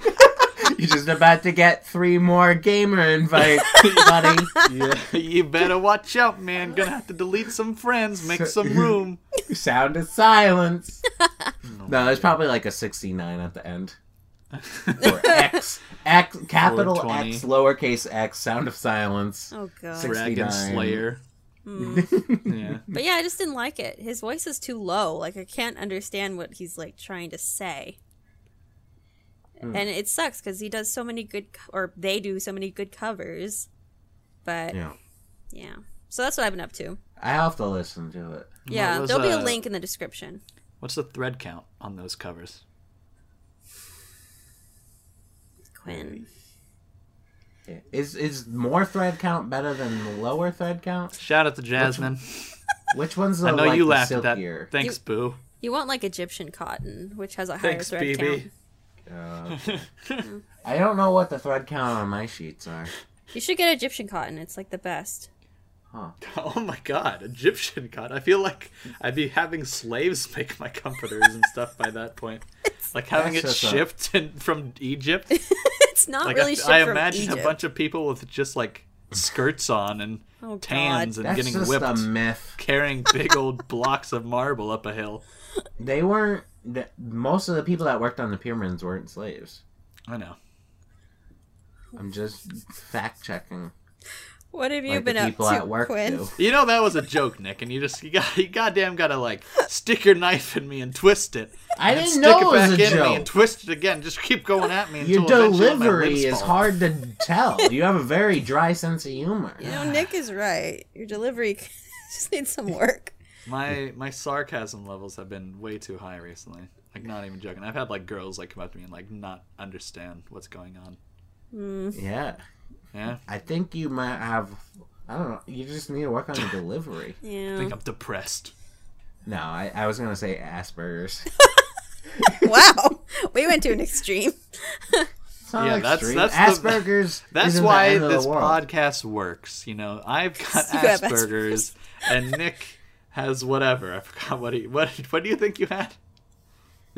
Speaker 1: You're just about to get three more gamer invites, <laughs> buddy.
Speaker 3: yeah, <laughs> you better watch out, man. Gonna have to delete some friends, make some
Speaker 1: <laughs>
Speaker 3: room.
Speaker 1: <laughs> Sound of silence. <laughs> No, there's probably like a 69 at the end. <laughs> Or X, X, capital
Speaker 3: 420.
Speaker 1: X, lowercase X, sound of silence.
Speaker 2: Oh god.
Speaker 1: Six-
Speaker 3: Dragon
Speaker 1: 69.
Speaker 3: Slayer. Hmm.
Speaker 1: <laughs>
Speaker 3: yeah.
Speaker 2: But yeah, I just didn't like it. His voice is too low. Like I can't understand what he's like trying to say.
Speaker 3: Hmm.
Speaker 2: And it sucks because he does so many good, co- or they do so many good covers. But yeah,
Speaker 1: Yeah.
Speaker 2: so that's what I've been up to.
Speaker 1: I have to listen to it.
Speaker 2: Yeah,
Speaker 3: was,
Speaker 2: there'll be a
Speaker 3: uh,
Speaker 2: link in the description.
Speaker 3: What's the thread count on those covers?
Speaker 2: Quinn,
Speaker 1: Is is more thread count better than lower thread count?
Speaker 3: Shout out to Jasmine.
Speaker 1: Which one's the
Speaker 3: I know
Speaker 1: like,
Speaker 3: you
Speaker 1: the
Speaker 3: laughed at that.
Speaker 1: silkier?
Speaker 3: Thanks, Boo.
Speaker 2: you want like Egyptian cotton, which has a higher
Speaker 3: Thanks,
Speaker 2: thread
Speaker 3: BB.
Speaker 2: count.
Speaker 1: Uh,
Speaker 3: <laughs>
Speaker 1: I don't know what the thread count on my sheets are.
Speaker 2: You should get Egyptian cotton. It's like the best.
Speaker 1: Huh.
Speaker 3: <laughs> Oh my god, Egyptian god. I feel like I'd be having slaves make my comforters and stuff by that point.
Speaker 2: <laughs>
Speaker 3: Like having it
Speaker 1: That's just a-
Speaker 3: shipped in, from Egypt.
Speaker 2: It's not
Speaker 3: Like I-
Speaker 2: really shipped
Speaker 3: I,
Speaker 2: from
Speaker 3: imagine
Speaker 2: Egypt.
Speaker 3: a bunch of people with just like skirts on and
Speaker 2: Oh, God.
Speaker 3: tans and
Speaker 1: That's
Speaker 3: getting
Speaker 1: just
Speaker 3: whipped,
Speaker 1: a myth.
Speaker 3: carrying big <laughs> old blocks of marble up a hill.
Speaker 1: They weren't. th- Most of the people that worked on the pyramids weren't slaves.
Speaker 3: I know.
Speaker 1: I'm just fact checking.
Speaker 2: What have you
Speaker 1: Like
Speaker 2: been
Speaker 1: the
Speaker 2: up
Speaker 1: people
Speaker 2: to,
Speaker 1: at work
Speaker 2: Quinn? <laughs>
Speaker 1: do.
Speaker 3: You know that was a joke, Nick, and you just you got you goddamn gotta like stick your knife in me and twist it.
Speaker 1: I
Speaker 3: and
Speaker 1: didn't
Speaker 3: stick
Speaker 1: know
Speaker 3: it
Speaker 1: it
Speaker 3: back
Speaker 1: was a
Speaker 3: in
Speaker 1: joke.
Speaker 3: me and twist it again. Just keep going at me until
Speaker 1: Your
Speaker 3: eventually my
Speaker 1: delivery
Speaker 3: lips
Speaker 1: is
Speaker 3: fall.
Speaker 1: hard to tell. You have a very dry sense of humor.
Speaker 2: You know, Nick is right. Your delivery <laughs> just needs some work.
Speaker 3: My my sarcasm levels have been way too high recently. Like not even joking. I've had like girls like come up to me and like not understand what's going on.
Speaker 1: Yeah.
Speaker 3: Yeah.
Speaker 1: I think you might have. I don't know. You just need to work on your
Speaker 2: <laughs>
Speaker 1: delivery.
Speaker 3: I
Speaker 2: Yeah.
Speaker 3: think I'm depressed.
Speaker 1: No, I, I was gonna say
Speaker 2: <laughs>
Speaker 1: Asperger's.
Speaker 2: wow. We went to an
Speaker 3: <laughs>
Speaker 2: extreme.
Speaker 1: It's not
Speaker 3: Yeah, that's-
Speaker 1: extreme.
Speaker 3: that's the-
Speaker 1: Asperger's.
Speaker 3: That's
Speaker 1: isn't the
Speaker 3: why
Speaker 1: end of the
Speaker 3: this
Speaker 1: world.
Speaker 3: podcast works. You know,
Speaker 1: <laughs>
Speaker 3: I've got
Speaker 2: You have
Speaker 3: Asperger's and Nick has whatever. I forgot what he what what do you think you had?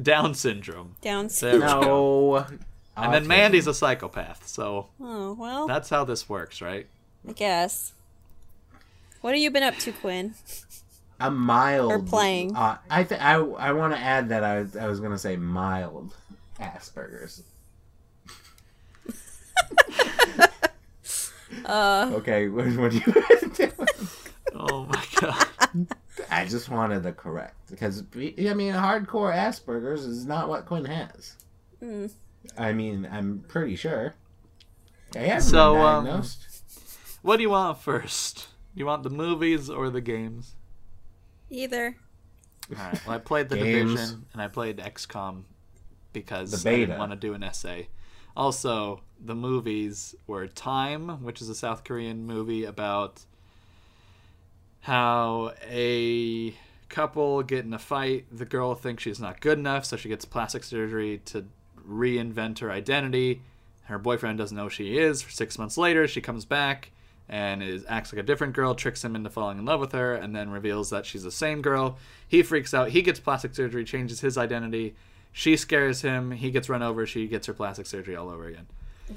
Speaker 3: Down syndrome.
Speaker 2: Down.
Speaker 3: There we go.
Speaker 1: No.
Speaker 3: <laughs> And then Mandy's a psychopath, so
Speaker 2: Oh, well,
Speaker 3: that's how this works, right?
Speaker 2: I guess. What have you been up to, Quinn?
Speaker 1: a mild
Speaker 2: Or playing.
Speaker 1: Uh, I th- I I want to add that I I was gonna say mild
Speaker 2: <laughs>
Speaker 1: Asperger's.
Speaker 2: Uh, Uh.
Speaker 1: Okay, what, what do you <laughs>
Speaker 3: Oh my god.
Speaker 1: I just wanted the correct because I mean, hardcore Asperger's is not what Quinn has.
Speaker 2: Mm.
Speaker 1: I mean, I'm pretty sure. I haven't
Speaker 3: So,
Speaker 1: been
Speaker 3: um,
Speaker 1: diagnosed.
Speaker 3: What do you want first? You want the movies or the games?
Speaker 2: Either.
Speaker 3: All right. Well, I played the
Speaker 1: Games.
Speaker 3: division and I played XCOM because
Speaker 1: The
Speaker 3: I
Speaker 1: beta.
Speaker 3: didn't want to do an essay. Also, the movies were Time, which is a South Korean movie about how a couple get in a fight. The girl thinks she's not good enough, so she gets plastic surgery to reinvent her identity. Her boyfriend doesn't know who she is. For six months later, she comes back and is acts like a different girl, tricks him into falling in love with her, and then reveals that she's the same girl. He freaks out. He gets plastic surgery, changes his identity. She scares him. He gets run over. She gets her plastic surgery all over again.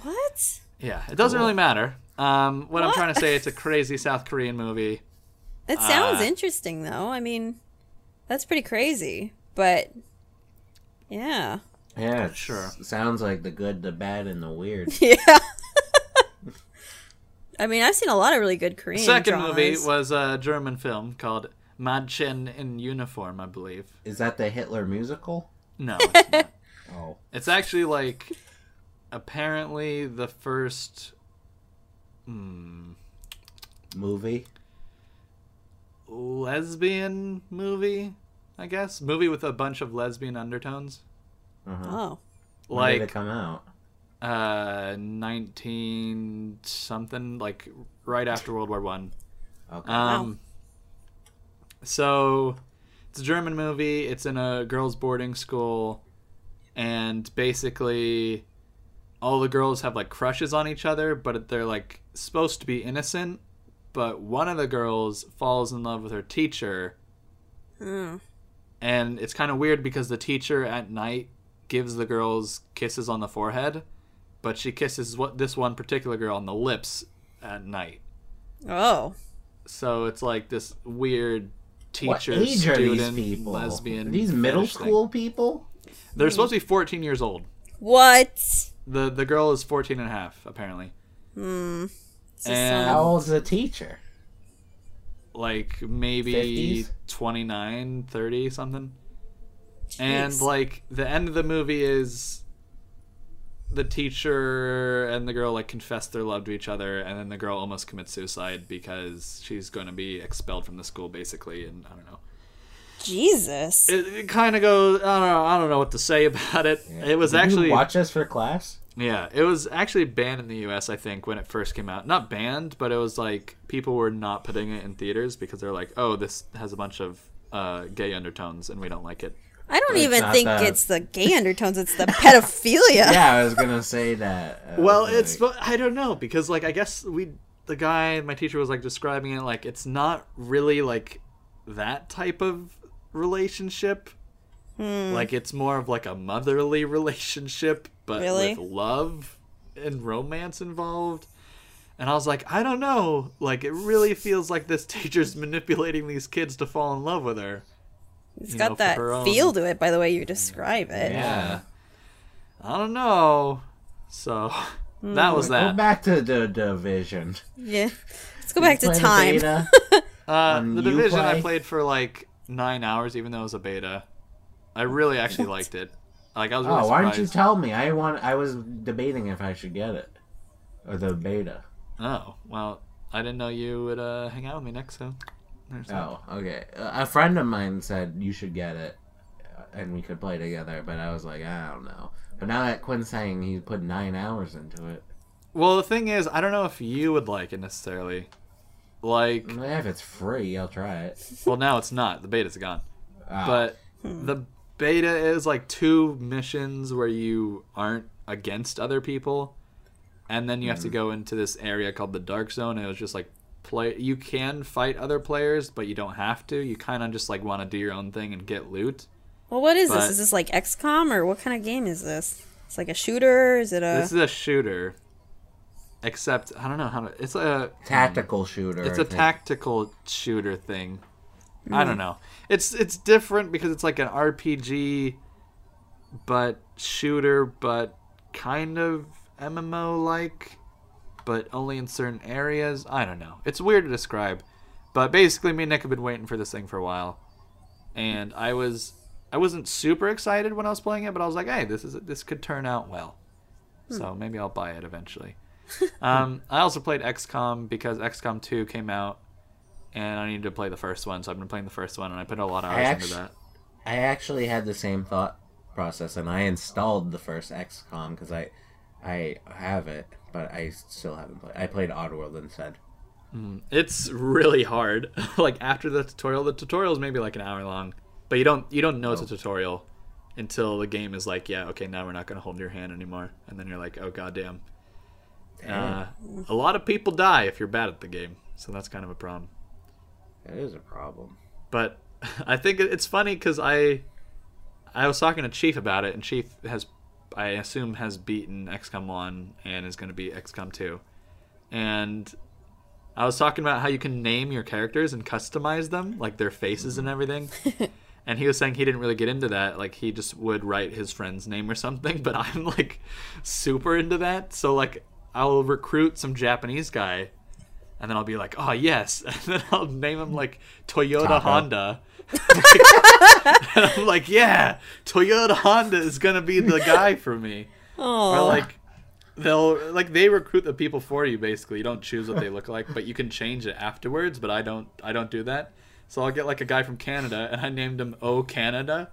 Speaker 2: What?
Speaker 3: Yeah, it doesn't really matter. Um, what, I'm
Speaker 2: What?
Speaker 3: trying to say, it's a crazy South Korean movie.
Speaker 2: That sounds
Speaker 3: Uh,
Speaker 2: interesting, though. I mean, that's pretty crazy. But yeah, <laughs>
Speaker 1: Yeah, it
Speaker 3: Sure.
Speaker 1: s- Sounds like the good, the bad, and the weird.
Speaker 2: yeah. I mean, I've seen a lot of really good Korean.
Speaker 3: Second
Speaker 2: dramas.
Speaker 3: movie was a German film called Madchen in Uniform, I believe.
Speaker 1: Is that the Hitler musical?
Speaker 3: No, it's not.
Speaker 1: Oh,
Speaker 3: It's actually like apparently the first. Hmm,
Speaker 1: movie.
Speaker 3: lesbian movie, I guess. Movie with a bunch of lesbian undertones.
Speaker 1: Uh-huh.
Speaker 2: Oh,
Speaker 1: When did it
Speaker 3: Like
Speaker 1: come out?
Speaker 3: uh 19 something like right after World War 1.
Speaker 1: Okay.
Speaker 3: Um So it's a German movie. It's in a girls' boarding school, and basically, all the girls have like crushes on each other, but they're like supposed to be innocent. But one of the girls falls in love with her teacher,
Speaker 2: Mm.
Speaker 3: and it's kind of weird because the teacher at night gives the girls kisses on the forehead, but she kisses what this one particular girl on the lips at night.
Speaker 2: oh,
Speaker 3: So it's like this weird
Speaker 1: what
Speaker 3: teacher
Speaker 1: age are these
Speaker 3: student
Speaker 1: people?
Speaker 3: lesbian.
Speaker 1: these middle
Speaker 3: fetish thing.
Speaker 1: school people?
Speaker 3: They're supposed to be 14 years old.
Speaker 2: what?
Speaker 3: The the girl is 14 and a half apparently.
Speaker 2: It's just
Speaker 3: And-
Speaker 2: some-
Speaker 1: How old's the teacher?
Speaker 3: Like maybe
Speaker 1: 50s?
Speaker 3: 29, 30 something. And
Speaker 2: Jeez.
Speaker 3: like the end of the movie is the teacher and the girl like confess their love to each other and then the girl almost commits suicide because she's going to be expelled from the school basically and I don't know.
Speaker 2: Jesus.
Speaker 3: It, it kind of goes I don't know, I don't know what to say <laughs> about it. It was
Speaker 1: Did you
Speaker 3: actually
Speaker 1: watch us for class.
Speaker 3: Yeah, it was actually banned in the U.S. I think when it first came out. Not banned, but it was like people were not putting it in theaters because they're like, "Oh, this has a bunch of uh, gay undertones, and we don't like it."
Speaker 2: I don't
Speaker 1: It's
Speaker 2: even
Speaker 1: not
Speaker 2: think
Speaker 1: that-
Speaker 2: it's the gay undertones. It's
Speaker 3: <laughs>
Speaker 2: the
Speaker 1: <laughs>
Speaker 2: pedophilia.
Speaker 1: Yeah, I was gonna say that. uh,
Speaker 3: Well,
Speaker 1: like-
Speaker 3: it's I don't know because like I guess we the guy my teacher was like describing it like it's not really like that type of relationship. Like it's more of like a motherly <laughs> relationship, but
Speaker 2: Really?
Speaker 3: with love and romance involved. And I was like, I don't know. Like it really feels like this <laughs> teacher's manipulating these kids to fall in love with her.
Speaker 2: It's
Speaker 3: you
Speaker 2: got
Speaker 3: know, for
Speaker 2: that
Speaker 3: her own-
Speaker 2: feel to it by the way you describe it.
Speaker 1: yeah.
Speaker 3: I don't know. So <laughs> that was
Speaker 1: Go
Speaker 3: that.
Speaker 1: back to the division.
Speaker 2: Yeah. Let's go back to
Speaker 1: Play the
Speaker 2: time. <laughs>
Speaker 1: beta.
Speaker 3: Uh,
Speaker 1: on
Speaker 3: the division
Speaker 1: Uplay?
Speaker 3: I played for like nine hours, even though it was a beta. I really actually liked it. Like I was really
Speaker 1: Oh, why
Speaker 3: surprised.
Speaker 1: didn't you tell me? I want. I was debating if I should get it or the beta.
Speaker 3: oh well, I didn't know you would uh, hang out with me next. So there's that.
Speaker 1: Oh, okay. A friend of mine said you should get it, uh, and we could play together. But I was like, I don't know. But now that Quinn's saying he put nine hours into it,
Speaker 3: well, the thing is, I don't know if you would like it necessarily. Like,
Speaker 1: I mean, if it's free, I'll try it.
Speaker 3: well, now it's not. The beta's gone.
Speaker 1: Ah,
Speaker 3: but the beta is like two missions where you aren't against other people and then you have to go into this area called the dark zone and it was just like play you can fight other players but you don't have to you kind of just like want to do your own thing and get loot
Speaker 2: Well, what is
Speaker 3: But-
Speaker 2: this? Is this like XCOM or what kind of game is this? It's like a shooter? Is it a
Speaker 3: this is a shooter except i don't know how to it's a
Speaker 1: tactical shooter.
Speaker 3: it's
Speaker 1: I
Speaker 3: a
Speaker 1: think.
Speaker 3: tactical shooter thing. I don't know. It's it's different because it's like an RPG, but shooter, but kind of MMO like, but only in certain areas. I don't know. It's weird to describe, But basically, me and Nick have been waiting for this thing for a while, and I was I wasn't super excited when I was playing it, but I was like, hey, this is this could turn out well, so maybe I'll buy it eventually. <laughs> um, I also played XCOM because XCOM 2 came out, and I needed to play the first one, so I've been playing the first one, and I put a lot of hours
Speaker 1: actu-
Speaker 3: into that.
Speaker 1: I actually had the same thought process, and I installed the first XCOM because I, I have it, but I still haven't played. I played Oddworld instead.
Speaker 3: It's really hard. <laughs> like after the tutorial, the tutorial is maybe like an hour long, but you don't you don't know it's a tutorial until the game is like, yeah, okay, now we're not gonna hold your hand anymore, and then you're like, oh goddamn. Uh, a lot of people die if you're bad at the game, so that's kind of a problem.
Speaker 1: That is a problem.
Speaker 3: But <laughs> I think it- it's funny because I I was talking to Chief about it, and Chief has I assume has beaten XCOM one and is going to be XCOM two, and I was talking about how you can name your characters and customize them, like their faces and everything. And he was saying he didn't really get into that. Like he just would write his friend's name or something. <laughs> But I'm like super into that. So like I'll recruit some Japanese guy, and then I'll be like, oh yes, <laughs> and then I'll name him like Toyota
Speaker 1: Taco.
Speaker 3: Honda. <laughs> and I'm like, yeah, Toyota Honda is gonna be the guy for me. Or
Speaker 2: Oh,
Speaker 3: like they'll like they recruit the people for you basically. You don't choose what they look like, but you can change it afterwards, but I don't I don't do that. So I'll get like a guy from Canada and I named him O Canada.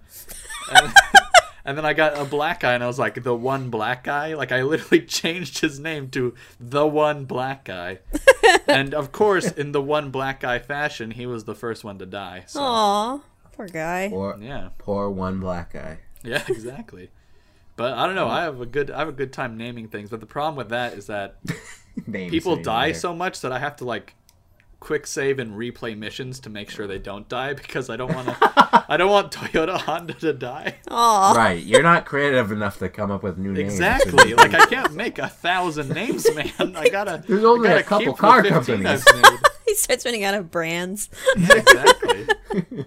Speaker 3: And, <laughs> and then I got a black guy and I was like the one black guy. Like I literally <laughs> changed his name to the one black guy. and of course, in the one black guy fashion, he was the first one to die. So
Speaker 2: Oh. aw, poor guy.
Speaker 1: Poor,
Speaker 3: yeah.
Speaker 1: poor one black guy. <laughs>
Speaker 3: Yeah, <laughs> exactly. But I don't know. I have a good I have a good time naming things. But the problem with that is that
Speaker 1: Names
Speaker 3: people
Speaker 1: sitting
Speaker 3: die
Speaker 1: there.
Speaker 3: so much that I have to like quick save and replay missions to make sure they don't die <laughs> because I don't want to. I don't want Toyota Honda to die.
Speaker 2: Aw, <laughs>
Speaker 1: Right, you're not creative enough to come up with new names.
Speaker 3: Exactly. like I can't make a thousand names, <laughs> man. I gotta.
Speaker 1: There's only
Speaker 3: I
Speaker 1: a
Speaker 3: gotta
Speaker 1: couple
Speaker 3: keep the
Speaker 1: car
Speaker 3: 15 I've
Speaker 2: he starts running out of brands.
Speaker 3: made. exactly.
Speaker 1: <laughs>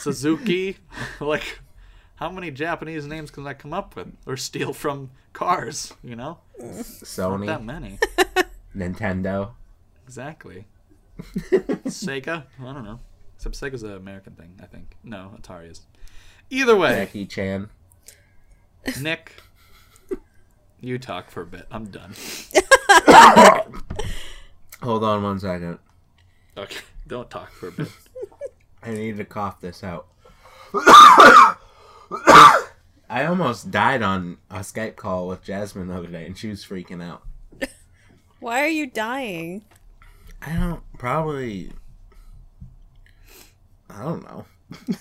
Speaker 3: Suzuki, <laughs> like. How many Japanese names can I come up with or steal from cars? You know,
Speaker 1: Sony,
Speaker 3: that many.
Speaker 1: Nintendo. <laughs>
Speaker 3: Exactly. Sega? I don't know. Except Sega's an American thing, I think. No, Atari is. Either way,
Speaker 1: Jackie Chan.
Speaker 3: <laughs> Nick, you talk for a bit. I'm done.
Speaker 1: Hold on one second.
Speaker 3: Okay, don't talk for
Speaker 1: <laughs>
Speaker 3: a bit. <laughs>
Speaker 1: I need to cough this out. I almost died on a Skype call with Jasmine the other day, and she was freaking out.
Speaker 2: Why are you dying?
Speaker 1: I don't probably. I don't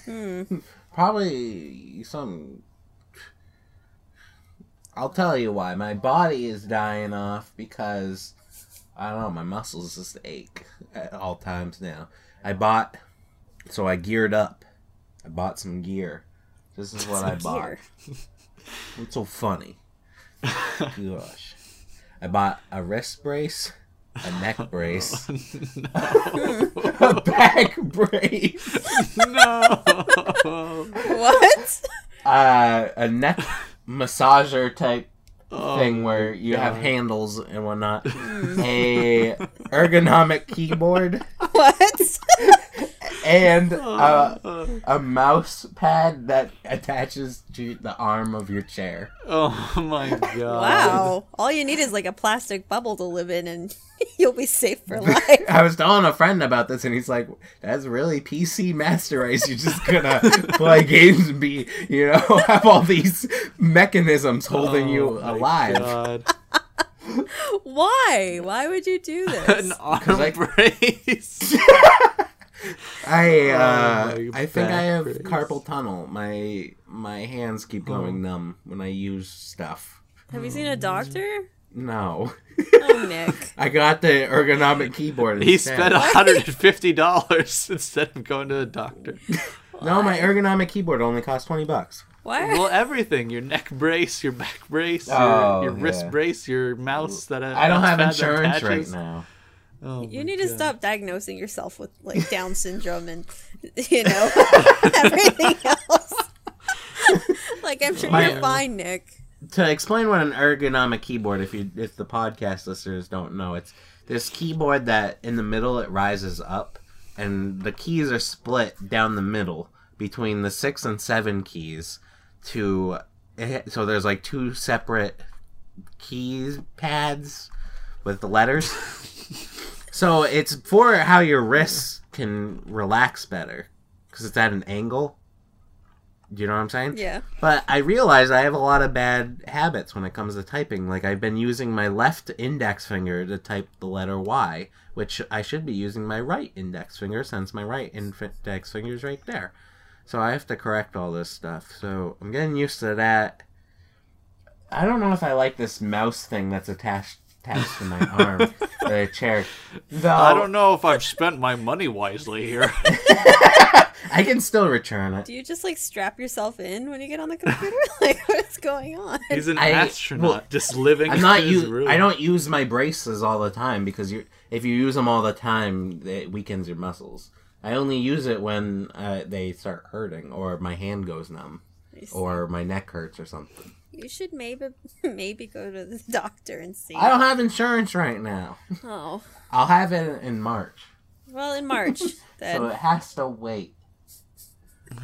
Speaker 1: know. <laughs> probably some. I'll tell you why. My body is dying off because I don't know. My muscles just ache at all times now. I bought, so I geared up. I bought some gear. This is what I bought.
Speaker 2: Here.
Speaker 1: <laughs> It's so funny. Gosh. I bought a wrist brace, a neck brace, a back brace,
Speaker 3: no!
Speaker 2: What? <laughs>
Speaker 1: uh, a neck massager type
Speaker 3: Oh,
Speaker 1: thing where you have
Speaker 3: God.
Speaker 1: handles and
Speaker 3: <laughs>
Speaker 1: whatnot, a ergonomic keyboard,
Speaker 2: What?
Speaker 1: and uh,
Speaker 3: uh,
Speaker 1: a mouse pad that attaches to the arm of your chair.
Speaker 3: <laughs> oh my god.
Speaker 2: Wow. All you need is like a plastic bubble to live in and <laughs> you'll be safe for life.
Speaker 1: I was telling a friend about this, and he's like, "That's really PC Master Race. You're just gonna play games and be, you know, <laughs> have all these mechanisms holding you
Speaker 3: Oh my
Speaker 1: alive."
Speaker 3: God.
Speaker 1: <laughs>
Speaker 2: Why? Why would you do
Speaker 3: An
Speaker 2: this?
Speaker 3: arm
Speaker 1: I-
Speaker 3: brace.
Speaker 1: <laughs> I, uh,
Speaker 3: Oh, my
Speaker 1: I think I
Speaker 3: back
Speaker 1: have
Speaker 3: brace.
Speaker 1: carpal tunnel. My my hands keep going numb when I use stuff.
Speaker 2: Have you seen a doctor?
Speaker 1: No, <laughs>
Speaker 2: Oh, Nick.
Speaker 1: I got the ergonomic keyboard.
Speaker 3: He
Speaker 1: instead.
Speaker 3: spent $150 <laughs> instead of going to
Speaker 1: <laughs>
Speaker 3: a doctor.
Speaker 1: no, my ergonomic keyboard only cost twenty bucks.
Speaker 2: Why?
Speaker 3: Well, everything. Your neck brace, your back brace, your,
Speaker 1: Oh,
Speaker 3: your wrist
Speaker 1: yeah.
Speaker 3: brace, your mouse that uh,
Speaker 1: I don't have
Speaker 3: mouse pad that
Speaker 1: insurance right
Speaker 3: attaches.
Speaker 1: now.
Speaker 3: Oh
Speaker 2: You
Speaker 3: my
Speaker 2: need to
Speaker 3: God.
Speaker 2: stop diagnosing yourself with like Down syndrome and <laughs> you know <laughs> everything else. <laughs> like I'm sure
Speaker 1: My-
Speaker 2: you're fine, Nick.
Speaker 1: to explain what an ergonomic keyboard if you if the podcast listeners don't know it's this keyboard that in the middle it rises up and the keys are split down the middle between the six and seven keys to eh, so there's like two separate keys pads with the letters so it's for how your wrists can relax better because it's at an angle do you know what i'm saying
Speaker 2: Yeah.
Speaker 1: but I realize I have a lot of bad habits when it comes to typing. Like I've been using my left index finger to type the letter Y, which I should be using my right index finger since my right index finger is right there. So I have to correct all this stuff. So I'm getting used to that. I don't know if I like this mouse thing that's attached attached to my
Speaker 3: <laughs>
Speaker 1: arm, the chair. Though
Speaker 3: I don't know if I've spent my money wisely here. <laughs>
Speaker 1: I can still return it.
Speaker 2: Do you just like strap yourself in when you get on the computer? <laughs> like, what's going on?
Speaker 3: He's an
Speaker 1: I-
Speaker 3: astronaut,
Speaker 1: well,
Speaker 3: just living. <laughs>
Speaker 1: I'm not
Speaker 3: in his
Speaker 1: use.
Speaker 3: room.
Speaker 1: I don't use my braces all the time because you if you use them all the time, it weakens your muscles. I only use it when uh, they start hurting, or my hand goes numb, or my neck hurts, or something.
Speaker 2: You should maybe <laughs> maybe go to the doctor and see.
Speaker 1: I don't have insurance right now.
Speaker 2: Oh,
Speaker 1: I'll have it in March,
Speaker 2: well, in March.
Speaker 1: <laughs>
Speaker 2: Then
Speaker 1: so it has to wait.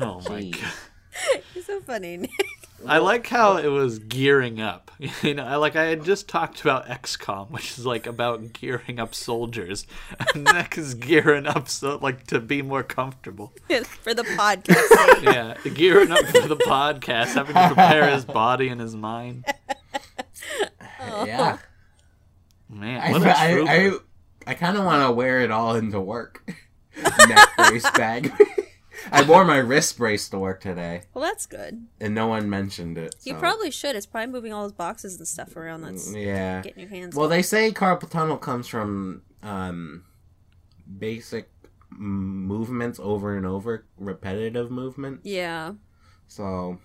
Speaker 3: Oh my
Speaker 1: Jeez.
Speaker 3: god!
Speaker 2: You're so funny. Nick. <laughs>
Speaker 3: I like how it was gearing up. <laughs> You know, I like I had just talked about XCOM, which is like about gearing up soldiers, <laughs> and Nick is gearing up so like to be
Speaker 1: <laughs>
Speaker 3: more comfortable.
Speaker 2: for the podcast. sake.
Speaker 3: Yeah, gearing up for the podcast, having to prepare his body and his mind.
Speaker 1: Yeah,
Speaker 3: Man,
Speaker 1: I
Speaker 3: what
Speaker 1: I,
Speaker 3: a trooper.
Speaker 1: I, I kind of want to wear it all into work. <laughs> neck brace bag. <laughs> I wore my wrist brace to work today,
Speaker 2: Well, that's good.
Speaker 1: and no one mentioned it.
Speaker 2: You
Speaker 1: so- Mm,
Speaker 2: probably should. It's probably moving all those boxes and stuff around. That's
Speaker 1: yeah.
Speaker 2: getting your hands.
Speaker 1: Well, they say carpal tunnel comes from um, basic m- movements over and over, repetitive movement.
Speaker 2: yeah.
Speaker 1: So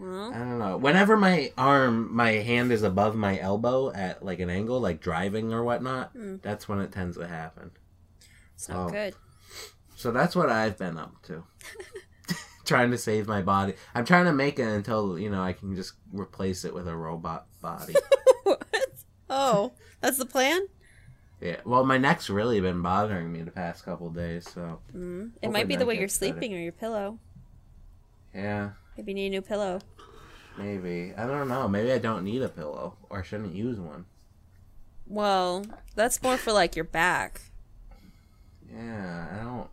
Speaker 1: I
Speaker 2: Well,
Speaker 1: don't know. Whenever my arm, my hand is above my elbow at like an angle, like driving or whatnot,
Speaker 2: Mm.
Speaker 1: that's when it tends to happen.
Speaker 2: it's not
Speaker 1: Oh.
Speaker 2: good. <laughs>
Speaker 1: So that's what I've been up to. trying to save my body. I'm trying to make it until you know I can just replace it with a robot body.
Speaker 2: Oh, that's the plan.
Speaker 1: yeah. Well, my neck's really been bothering me the past couple days, so
Speaker 2: Mm. It
Speaker 1: Hope
Speaker 2: might
Speaker 1: my
Speaker 2: be the
Speaker 1: neck
Speaker 2: way you're
Speaker 1: gets better.
Speaker 2: sleeping or your pillow.
Speaker 1: yeah.
Speaker 2: Maybe you need a new pillow.
Speaker 1: Maybe. I don't know. Maybe I don't need a pillow or shouldn't use one.
Speaker 2: Well, that's more for like your back.
Speaker 1: Yeah, I don't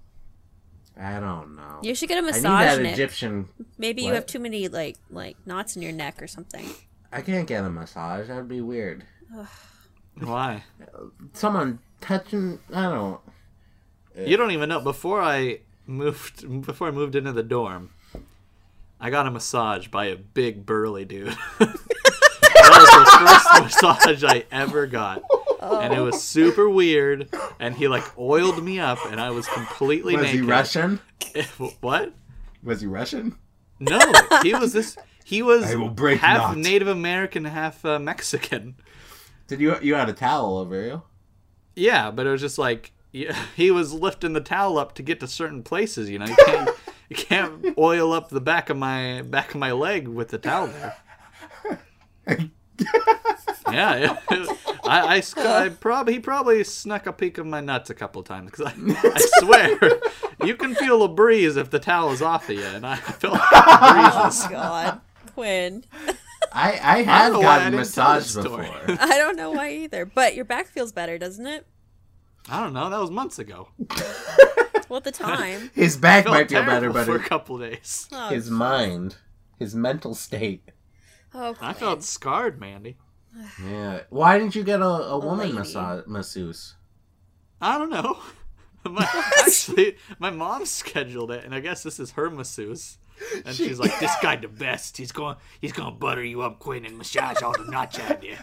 Speaker 1: I don't know.
Speaker 2: You should get a
Speaker 1: I need
Speaker 2: massage.
Speaker 1: that
Speaker 2: Nick.
Speaker 1: Egyptian
Speaker 2: Maybe you
Speaker 1: What?
Speaker 2: have too many like like knots in your neck or something.
Speaker 1: I can't get a massage. That would be weird.
Speaker 3: Why?
Speaker 1: Someone touching I don't
Speaker 3: You don't even know. Before I moved, before I moved into the dorm, I got a massage by a big burly dude. <laughs> that was
Speaker 1: <laughs>
Speaker 3: the first massage I ever got, and it was super weird. And he like oiled me up, and I was completely
Speaker 1: Was he
Speaker 3: naked.
Speaker 1: Russian?
Speaker 3: <laughs> what?
Speaker 1: Was he Russian?
Speaker 3: No, he was this. He was
Speaker 1: I will break
Speaker 3: half
Speaker 1: knots.
Speaker 3: Native American, half uh, Mexican.
Speaker 1: Did you you had a towel over you?
Speaker 3: Yeah, but it was just like yeah, <laughs> he was lifting the towel up to get to certain places. You know, you can't you
Speaker 1: <laughs>
Speaker 3: can't oil up the back of my back of my leg with the towel there. yeah, it- I, I, sc- I probably he probably snuck a peek of my nuts a couple times because I, I swear you can feel a breeze if the towel is off of you, and I felt like breezes.
Speaker 2: God, Quinn.
Speaker 1: I I have
Speaker 3: know why I
Speaker 1: gotten
Speaker 3: didn't tell
Speaker 1: massaged
Speaker 3: this story. <laughs>
Speaker 1: before.
Speaker 2: I don't know why either, but your back feels better, doesn't it?
Speaker 3: I don't know, that was months ago.
Speaker 2: Well, at the time.
Speaker 1: His back might feel
Speaker 3: Felt
Speaker 1: better,
Speaker 3: terrible
Speaker 1: but
Speaker 3: for a
Speaker 1: his-
Speaker 3: couple days.
Speaker 2: Oh,
Speaker 1: <laughs> his mind, his mental state.
Speaker 2: oh
Speaker 3: I
Speaker 2: Quinn.
Speaker 3: felt scarred, Mandy.
Speaker 1: Yeah. Why didn't you get a, a woman
Speaker 2: lady.
Speaker 1: massage masseuse?
Speaker 3: I don't know. <laughs> My, actually, my mom scheduled it, and I guess this is her masseuse. And she's like, "This
Speaker 1: <laughs>
Speaker 3: guy the best. He's going, he's going to butter you up, Quinn, and massage all the notch out of you."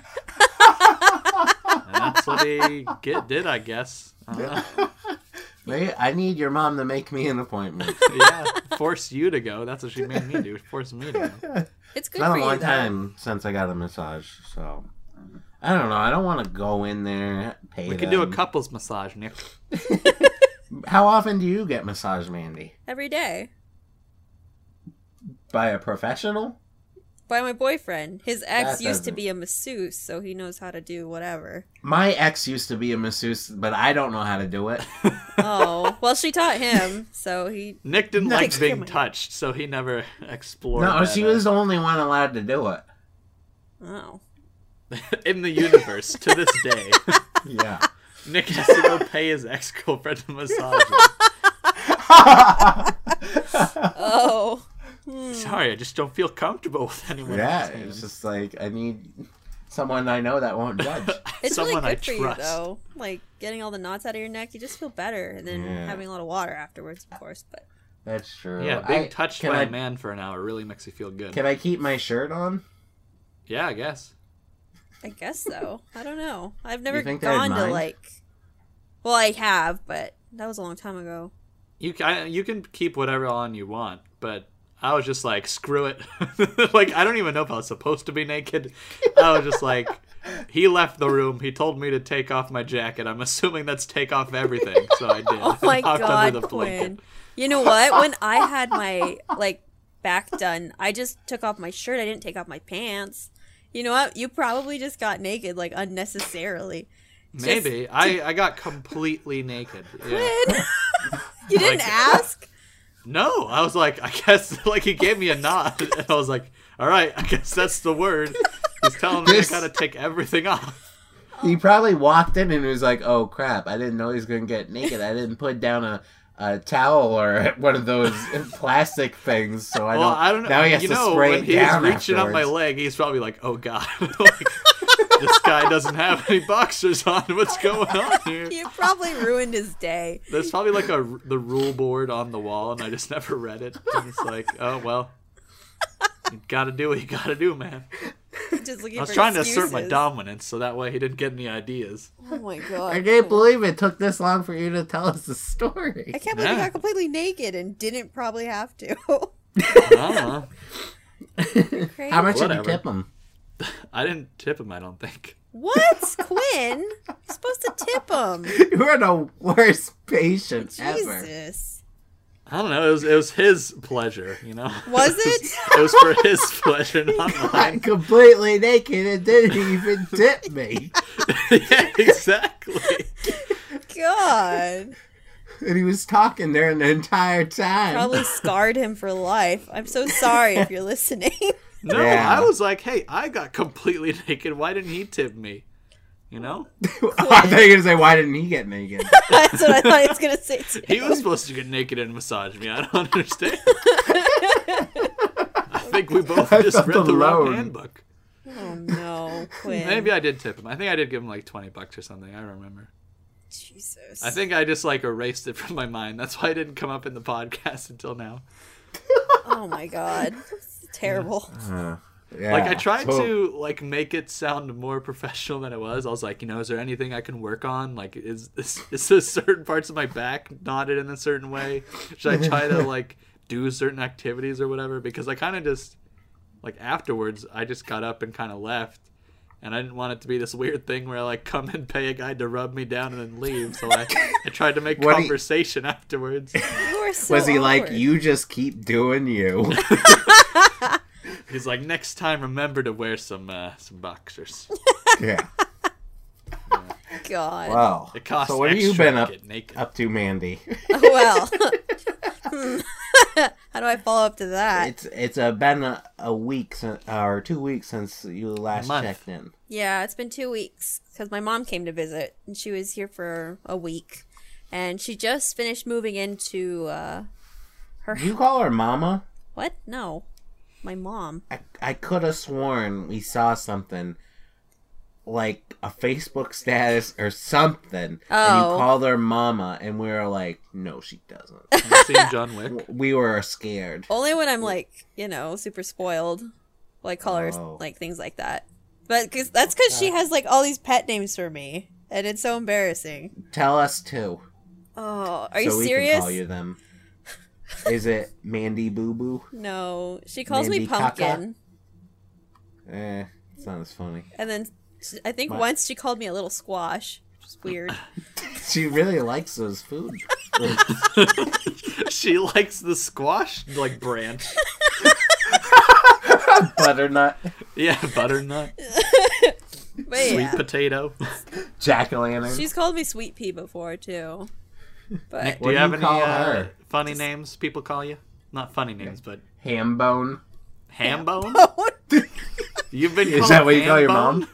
Speaker 3: and that's what he get, did, I guess. Uh, I don't know.
Speaker 1: Wait, I need your mom to make me an appointment.
Speaker 3: yeah, force you to go. That's what she made me do. Force
Speaker 1: <laughs>
Speaker 3: me to go.
Speaker 2: It's good
Speaker 1: It's been
Speaker 2: for
Speaker 1: a
Speaker 2: you.
Speaker 1: long
Speaker 2: though.
Speaker 1: time since I got a massage, so I don't know. I don't want to go in there. Pay
Speaker 3: We could do a
Speaker 1: them.
Speaker 3: couples massage, Nick.
Speaker 1: How often do you get massage, Mandy?
Speaker 2: Every day.
Speaker 1: By a professional?
Speaker 2: by my boyfriend. His ex
Speaker 1: That
Speaker 2: used to
Speaker 1: doesn't-
Speaker 2: be a masseuse, so he knows how to do whatever.
Speaker 1: My ex used to be a masseuse, but I don't know how to do it. <laughs>
Speaker 2: Oh, well, she taught him, so he.
Speaker 3: Nick didn't
Speaker 2: Nick's
Speaker 3: like being
Speaker 2: coming.
Speaker 3: touched, so he never explored.
Speaker 1: no,
Speaker 3: that,
Speaker 1: she
Speaker 3: uh,
Speaker 1: was the only one allowed to do it.
Speaker 2: Oh.
Speaker 3: <laughs> in the universe to this
Speaker 1: <laughs>
Speaker 3: day.
Speaker 1: Yeah.
Speaker 3: Nick has to go pay his ex girlfriend a massage.
Speaker 2: Oh.
Speaker 3: Sorry, I just don't feel comfortable <laughs> with anyone.
Speaker 1: yeah,
Speaker 3: else's
Speaker 1: it's
Speaker 3: hands.
Speaker 1: just like I need someone I know that won't
Speaker 3: <laughs>
Speaker 1: judge.
Speaker 2: It's
Speaker 3: Someone
Speaker 2: really
Speaker 3: I
Speaker 2: good for
Speaker 3: trust.
Speaker 2: you, though. Like, getting all the knots out of your neck, you just feel better. And then
Speaker 1: Yeah.
Speaker 2: having a lot of water afterwards, of course. But
Speaker 1: That's true.
Speaker 3: Yeah, being
Speaker 1: uh, I-
Speaker 3: touched
Speaker 1: can
Speaker 3: by
Speaker 1: I-
Speaker 3: a man for an hour really makes you feel good.
Speaker 1: Can I keep my shirt on?
Speaker 3: yeah, I guess.
Speaker 2: I guess so. I don't know. I've never
Speaker 1: think they'd
Speaker 2: gone to,
Speaker 1: mind?
Speaker 2: like. Well, I have, but that was a long time
Speaker 3: <laughs>
Speaker 2: ago.
Speaker 3: You can you can keep whatever on you want, but I was just like, screw it. <laughs> like I don't even know if I was supposed to be naked. I was just like, he left the room. He told me to take off my jacket. I'm assuming that's take off everything, so <laughs> I did.
Speaker 2: Oh my
Speaker 3: and hopped
Speaker 2: god,
Speaker 3: under the blanket.
Speaker 2: Quinn. You know what? When I had my like back done, I just took off my shirt. I didn't take off my pants. You know what? You probably just got naked like unnecessarily.
Speaker 3: Maybe I I got completely naked. Yeah.
Speaker 2: Quinn, you didn't
Speaker 3: <laughs> Like-
Speaker 2: ask.
Speaker 3: No, I was like, I guess <laughs> like he gave me a nod, <laughs> and I was like, all right, I guess that's the word. He's telling me I
Speaker 1: This-
Speaker 3: gotta take everything off.
Speaker 1: He probably walked in and was like, "Oh crap! I didn't know he was gonna get naked. I didn't put down a, a towel or <laughs> one of
Speaker 3: <laughs>
Speaker 1: those plastic things, so I
Speaker 3: Well,
Speaker 1: don't."
Speaker 3: I don't know.
Speaker 1: Now he has
Speaker 3: you
Speaker 1: to
Speaker 3: know,
Speaker 1: spray
Speaker 3: when
Speaker 1: it
Speaker 3: he's
Speaker 1: down
Speaker 3: reaching up my
Speaker 1: afterwards.
Speaker 3: leg, he's probably like, "Oh God, <laughs> like, this guy doesn't have any boxers on. What's going on here?"
Speaker 2: You probably ruined his day.
Speaker 3: There's probably like a the rule board on the wall, and I just never read it. And it's like, oh well, you gotta do what you gotta do, man.
Speaker 2: Just looking
Speaker 3: I was
Speaker 2: for
Speaker 3: trying to assert my
Speaker 2: excuses.
Speaker 3: dominance, so that way he didn't get any ideas.
Speaker 2: Oh my god!
Speaker 1: I can't believe it took this long for you to tell us the story.
Speaker 2: I can't believe you
Speaker 3: Yeah.
Speaker 2: got completely naked and didn't probably have to. <laughs>
Speaker 3: Uh-huh.
Speaker 2: Crazy.
Speaker 1: How much did
Speaker 3: Whatever.
Speaker 1: you tip him? <laughs>
Speaker 3: I didn't tip him. I don't think.
Speaker 2: What, Quinn? You're supposed to tip him.
Speaker 1: You're the worst patient ever.
Speaker 2: Jesus.
Speaker 3: I don't know. It was it was his pleasure, you know.
Speaker 2: Was it?
Speaker 3: It was for his pleasure, not mine.
Speaker 1: I'm
Speaker 3: <laughs>
Speaker 1: completely naked and didn't even tip
Speaker 2: <laughs>
Speaker 1: me.
Speaker 3: yeah, exactly.
Speaker 2: God.
Speaker 1: And he was talking there the entire time.
Speaker 2: Probably scarred him for life. I'm so sorry if you're listening. <laughs>
Speaker 3: No,
Speaker 1: Yeah.
Speaker 3: I was like, hey, I got completely <laughs> naked. Why didn't he tip me? You know?
Speaker 1: <laughs> I thought you were gonna say, "Why didn't he get
Speaker 3: <laughs>
Speaker 1: naked?"
Speaker 2: That's what I thought he was going to say too.
Speaker 3: He was supposed to get naked and massage me. I don't understand. I think we both
Speaker 1: I
Speaker 3: just
Speaker 1: felt
Speaker 3: read the
Speaker 1: alone.
Speaker 3: wrong handbook.
Speaker 2: Oh no, Quinn.
Speaker 3: Maybe I did tip him. I think I did give him like 20 bucks or something. I remember.
Speaker 2: Jesus.
Speaker 3: I think I just like erased it from my mind. That's why it didn't come up in the <laughs> podcast until now.
Speaker 2: Oh my god. It's terrible.
Speaker 1: Uh, Yeah.
Speaker 3: Like I tried
Speaker 1: So-
Speaker 3: to like make it sound more professional than it was. I was like, you know, is there anything I can work on? Like, is is, is there <laughs> certain parts of my back knotted in a certain way? Should I
Speaker 1: <laughs>
Speaker 3: try to like do certain activities or whatever? Because I kind of just like afterwards, I just got up and kind of left, and I didn't want it to be this weird thing where I like come and pay a guy to rub me down and then leave. So I I tried to
Speaker 1: <laughs>
Speaker 3: make
Speaker 1: What do you-
Speaker 3: conversation afterwards.
Speaker 2: You are so
Speaker 1: Was he like,
Speaker 2: awkward.
Speaker 1: "You just keep doing
Speaker 2: <laughs>
Speaker 1: you"?
Speaker 3: He's like, next time remember to wear some uh, some boxers.
Speaker 1: yeah.
Speaker 2: God.
Speaker 1: Wow.
Speaker 3: It costs
Speaker 1: so what have
Speaker 3: extra
Speaker 1: you been
Speaker 3: to
Speaker 1: up
Speaker 3: get naked.
Speaker 1: up to, Mandy?
Speaker 2: <laughs> Well. Hmm. <laughs> How do I follow up to that?
Speaker 1: It's it's uh, been a, a week since, or two weeks since you last
Speaker 3: month.
Speaker 1: checked in.
Speaker 2: Yeah, it's been two weeks because my mom came to visit and she was here for a week, and she just finished moving into uh,
Speaker 1: You call her Mama?
Speaker 2: What? No. My mom.
Speaker 1: I I could have sworn we saw something like a Facebook status or something, and
Speaker 2: Oh.
Speaker 1: you called her Mama, and we were like, "No, she doesn't."
Speaker 2: <laughs>
Speaker 3: Have you seen
Speaker 1: <laughs>
Speaker 3: John Wick?
Speaker 1: we were scared.
Speaker 2: Only when I'm like, you know, super spoiled. Like call her
Speaker 1: Oh.
Speaker 2: like things like that. But cause, that's because she has like all these pet names for me, and it's so embarrassing.
Speaker 1: Tell us too.
Speaker 2: Oh, are you
Speaker 1: so we can
Speaker 2: serious?
Speaker 1: call you them. Is it Mandy Boo Boo?
Speaker 2: No, she calls me
Speaker 1: Mandy
Speaker 2: pumpkin,
Speaker 1: Eh, it's not as funny.
Speaker 2: and then s- I think once she called me a little squash, which is
Speaker 1: <laughs>
Speaker 2: weird.
Speaker 1: <laughs> She really likes those food.
Speaker 3: she likes the squash like branch.
Speaker 1: <laughs> butternut,
Speaker 3: Yeah, butternut,
Speaker 2: But
Speaker 3: sweet
Speaker 2: yeah.
Speaker 1: <laughs>
Speaker 3: potato.
Speaker 1: jack o' lantern.
Speaker 2: She's called me Sweet Pea
Speaker 1: <laughs>
Speaker 2: before too. But
Speaker 1: What
Speaker 3: do you
Speaker 1: do
Speaker 3: have
Speaker 1: you
Speaker 3: any
Speaker 1: call
Speaker 3: uh,
Speaker 1: her?
Speaker 3: funny names people call you? Not funny names, but
Speaker 1: ham bone.
Speaker 3: Hambone? You've been
Speaker 1: Is
Speaker 3: called
Speaker 1: that what you call your
Speaker 3: Hambone?
Speaker 1: mom?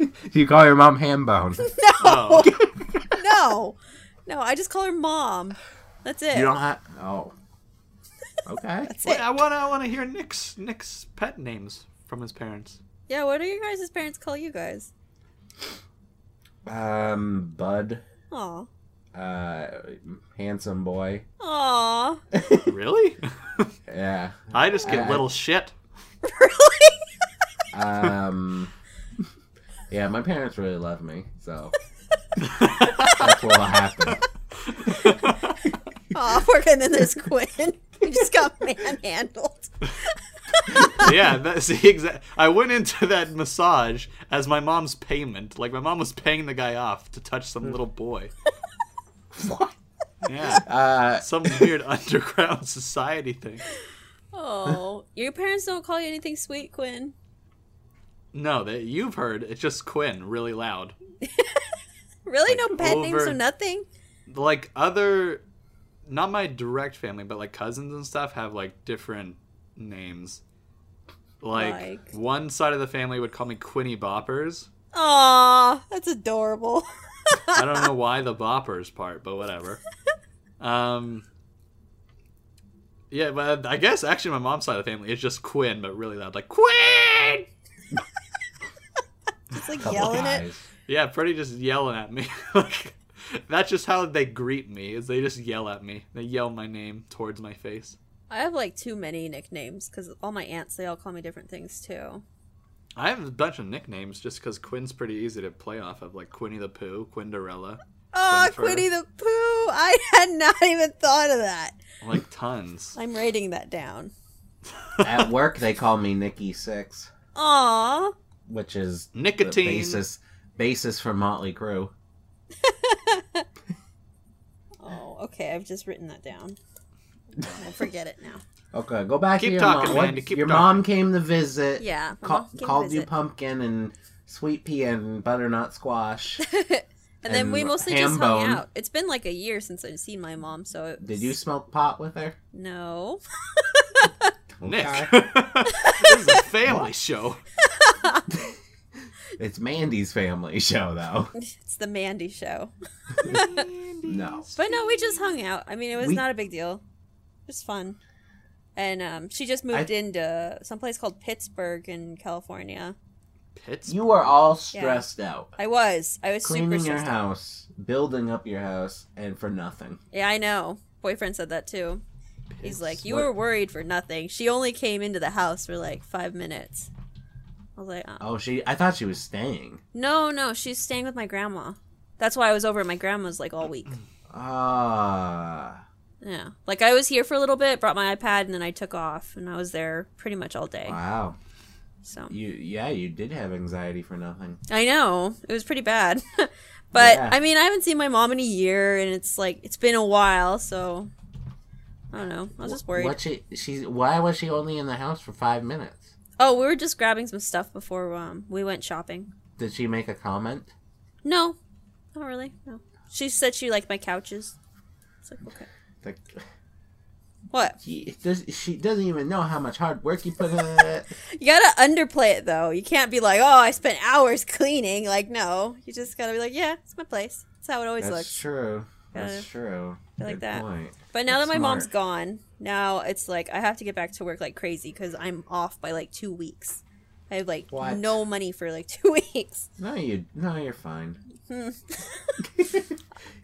Speaker 1: Do you call your mom ham
Speaker 2: <laughs>
Speaker 1: bone? <laughs>
Speaker 3: Oh,
Speaker 2: <laughs> no, no, I just call her mom. That's it.
Speaker 1: You don't have. Oh. Okay.
Speaker 2: That's
Speaker 3: wait,
Speaker 2: it.
Speaker 3: I want to I want to hear Nick's Nick's pet names from his parents.
Speaker 2: Yeah. What do your guys' parents call you guys?
Speaker 1: Um, Bud,
Speaker 2: Aw,
Speaker 1: uh, handsome boy.
Speaker 2: aw. <laughs>
Speaker 3: Really? <laughs>
Speaker 1: Yeah.
Speaker 3: I just get
Speaker 1: I-
Speaker 3: little shit.
Speaker 2: really?
Speaker 1: Um. Yeah, my parents really love me,
Speaker 2: <laughs>
Speaker 1: so that's what'll happen.
Speaker 2: Aw, we're and then there's Quinn. <laughs> We just got manhandled.
Speaker 3: yeah, <laughs> that's the exact. I went into that massage as my mom's payment. Like my mom was paying the guy off to touch some little boy.
Speaker 1: What?
Speaker 3: Yeah,
Speaker 1: Uh,
Speaker 3: some weird <laughs> underground society thing.
Speaker 2: Oh, your parents don't call you anything sweet, Quinn.
Speaker 3: No, that you've heard. It's just Quinn, really loud.
Speaker 2: Really? No pet names
Speaker 3: over-
Speaker 2: or nothing?
Speaker 3: Like other, not my direct family, but like cousins and stuff have like different names. Like,
Speaker 2: Like?
Speaker 3: one side of the family would call me Quinny Boppers.
Speaker 2: Aw, that's adorable.
Speaker 3: I don't know why the boppers part, but whatever. Um, yeah, but I guess actually my mom's side of the family is just Quinn, but really loud, like Quinn.
Speaker 2: Just
Speaker 1: <laughs>
Speaker 2: like
Speaker 1: couple
Speaker 2: yelling it.
Speaker 1: guys.
Speaker 3: Yeah, pretty just yelling at me. <laughs> like, that's just how they greet me. Is they just yell at me. They yell my name towards my face.
Speaker 2: I have like too many nicknames because all my aunts, they all call me different things too.
Speaker 3: I have a bunch of nicknames just because Quinn's pretty easy to play off of, like Quinny the Pooh, Quinderella,
Speaker 2: Oh,
Speaker 3: Quinfer.
Speaker 2: Quinny the Pooh. I had not even thought of that.
Speaker 3: like
Speaker 2: <laughs>
Speaker 3: tons.
Speaker 2: I'm writing that down.
Speaker 1: At work, they call me Nikki Six,
Speaker 2: Aw.
Speaker 1: which is
Speaker 3: Nicotine.
Speaker 1: the basis basis for Motley Crue.
Speaker 2: Oh, okay. I've just written
Speaker 1: <laughs>
Speaker 2: that down. I'll forget it now.
Speaker 1: Okay, go back
Speaker 3: Keep
Speaker 1: to your
Speaker 3: talking,
Speaker 1: mom. What-
Speaker 3: Mandy, keep
Speaker 1: your
Speaker 3: talking.
Speaker 1: mom came to visit.
Speaker 2: Yeah. my
Speaker 1: Ca-
Speaker 2: mom came to
Speaker 1: called you
Speaker 2: visit.
Speaker 1: pumpkin and sweet pea and butternut
Speaker 2: <laughs>
Speaker 1: squash.
Speaker 2: And then we
Speaker 1: and
Speaker 2: mostly
Speaker 1: ham
Speaker 2: just hung
Speaker 1: bone.
Speaker 2: out. It's been like a year since I've seen my mom, so it
Speaker 1: Did you smoke pot with her?
Speaker 2: No. <laughs>
Speaker 3: Nick, <laughs>
Speaker 1: Okay.
Speaker 3: this is a
Speaker 2: <laughs>
Speaker 3: family show.
Speaker 1: it's Mandy's family <laughs> show though.
Speaker 2: It's the Mandy show.
Speaker 1: No.
Speaker 2: But no, we just hung out. I mean, it was
Speaker 1: We-
Speaker 2: not a big deal. It was fun. And um, she just moved
Speaker 1: I-
Speaker 2: into someplace called Pittsburgh in California.
Speaker 3: Pitts.
Speaker 1: You are all stressed out.
Speaker 2: I was. I was
Speaker 1: Cleaning
Speaker 2: super
Speaker 1: your
Speaker 2: stressed out.
Speaker 1: house, building up your house, and for nothing.
Speaker 2: Yeah, I know. Boyfriend said that too. He's like, You
Speaker 1: What-
Speaker 2: were worried for nothing. She only came into the house for like five minutes. I was like, oh.
Speaker 1: Oh, she I thought she was staying.
Speaker 2: No, no, she's staying with my grandma. That's why I was over at my grandma's like all week.
Speaker 1: Ah.
Speaker 2: Yeah. Like I was here for a little bit, brought my iPad, and then I took off, and I was there pretty much all day.
Speaker 1: wow.
Speaker 2: So
Speaker 1: You yeah, you did have anxiety for nothing.
Speaker 2: I know it was pretty bad, <laughs> but
Speaker 1: Yeah.
Speaker 2: I mean I haven't seen my mom in a year, and it's like it's been a while, so I don't know. I was just worried.
Speaker 1: What she she's why was she only in the house for 5 minutes?
Speaker 2: Oh, we were just grabbing some stuff before um, we went shopping.
Speaker 1: Did she make a comment?
Speaker 2: No, not really. No. She said she liked my couches. It's like okay.
Speaker 1: Like
Speaker 2: What?
Speaker 1: he does, she doesn't even know how much hard work you put
Speaker 2: <laughs>
Speaker 1: in it.
Speaker 2: You gotta underplay it though. You can't be like, oh, I spent hours cleaning. Like, no. You just gotta be like, yeah, it's my place. That's how it always
Speaker 1: That's
Speaker 2: looks.
Speaker 1: true. That's
Speaker 2: Yeah.
Speaker 1: true.
Speaker 2: I like
Speaker 1: Good
Speaker 2: that.
Speaker 1: Point.
Speaker 2: But now
Speaker 1: That's
Speaker 2: that my mom's
Speaker 1: smart.
Speaker 2: gone, now it's like I have to get back to work like crazy because I'm off by like two weeks. I have like
Speaker 1: What?
Speaker 2: no money for like <laughs> two weeks.
Speaker 1: No, you. No, you're fine.
Speaker 2: Hmm.
Speaker 1: <laughs>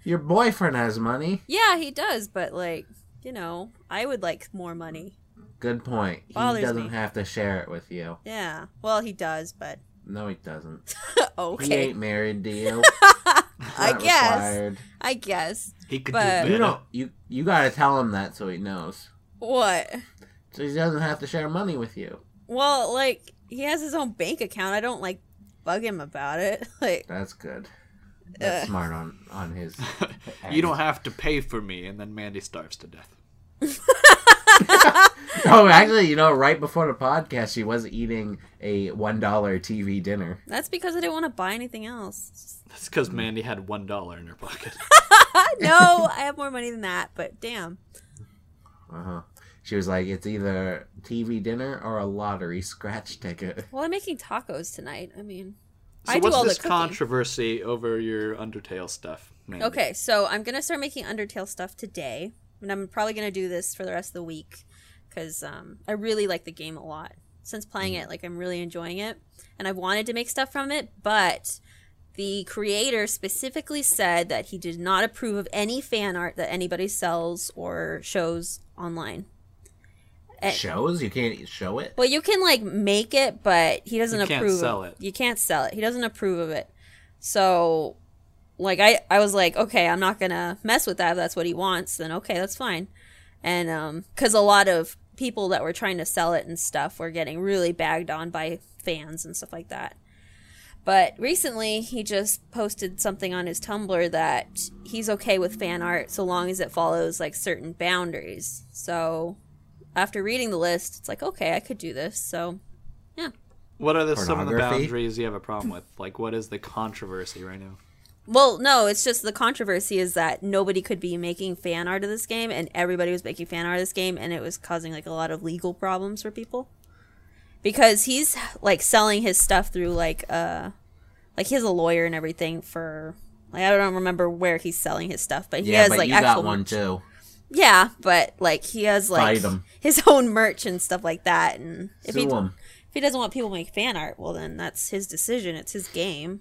Speaker 1: Your boyfriend has money.
Speaker 2: Yeah, he does, but like, you know, I would like more money.
Speaker 1: Good point. He
Speaker 2: Bothers
Speaker 1: doesn't
Speaker 2: me.
Speaker 1: have to share it with you.
Speaker 2: Yeah. Well, he does, but <laughs>
Speaker 1: No, he doesn't. He
Speaker 2: okay.
Speaker 1: ain't married to
Speaker 2: <laughs>
Speaker 1: you.
Speaker 2: I
Speaker 1: Not
Speaker 2: guess.
Speaker 1: required.
Speaker 2: I guess.
Speaker 3: He could
Speaker 2: But-
Speaker 3: do
Speaker 1: You
Speaker 3: better. <laughs>
Speaker 1: don't. You you gotta tell him that so he knows.
Speaker 2: What?
Speaker 1: So he doesn't have to share money with you.
Speaker 2: Well, like he has his own bank account. I don't like bug him about it. <laughs> Like,
Speaker 1: That's good. That's smart on on his.
Speaker 3: you don't have to pay for me, and then Mandy starves to death.
Speaker 1: <laughs> Oh, actually, you know, right before the podcast, she was eating a one dollar TV dinner.
Speaker 2: That's because I didn't want to buy anything else.
Speaker 3: That's because Mandy had one dollar in her pocket.
Speaker 2: no, <laughs> I have more money than that, but damn.
Speaker 1: Uh huh. She was like, "It's either TV dinner or a lottery scratch ticket."
Speaker 2: Well, I'm making tacos tonight. I mean, <laughs>
Speaker 3: So
Speaker 2: I do
Speaker 3: what's
Speaker 2: all
Speaker 3: this
Speaker 2: the cooking.
Speaker 3: controversy over your Undertale stuff? Mandy?
Speaker 2: Okay, so I'm gonna start making Undertale stuff today, and I'm probably gonna do this for the rest of the week because um, I really like the game a lot. Since playing
Speaker 3: Mm.
Speaker 2: it, like I'm really enjoying it, and I wanted to make stuff from it, but the creator specifically said that he did not approve of any fan art that anybody sells or shows online. Eh.
Speaker 1: Shows you can't show it.
Speaker 2: Well, you can like make it, but he doesn't
Speaker 3: You can't
Speaker 2: approve.
Speaker 3: sell
Speaker 2: of,
Speaker 3: it.
Speaker 2: You can't sell it. He doesn't approve of it. So, like I, I was like, okay, I'm not gonna mess with that. If that's what he wants, then okay, that's fine. And um, because a lot of people that were trying to sell it and stuff were getting really bagged on by fans and stuff like that. But recently, he just posted something on his Tumblr that he's okay with fan art so long as it follows like certain boundaries. So after reading the list, it's like, okay, I could do this. So,
Speaker 3: What are the, some of the
Speaker 1: Pornography?
Speaker 3: boundaries you have a problem with? Like, what is the controversy right now?
Speaker 2: well, no, it's just the controversy is that nobody could be making fan art of this game, and everybody was making fan art of this game, and it was causing like a lot of legal problems for people because he's like selling his stuff through like uh, like he has a lawyer and everything for. Like, I don't remember where he's selling his stuff, but he
Speaker 1: yeah,
Speaker 2: has
Speaker 1: but
Speaker 2: like
Speaker 1: you
Speaker 2: actual
Speaker 1: got one too.
Speaker 2: Yeah, but like he has like
Speaker 1: Fight 'em.
Speaker 2: his <laughs> own merch and stuff like that, and if he
Speaker 1: Sue him.
Speaker 2: if he doesn't want people to make fan art, well then that's his decision. It's his game.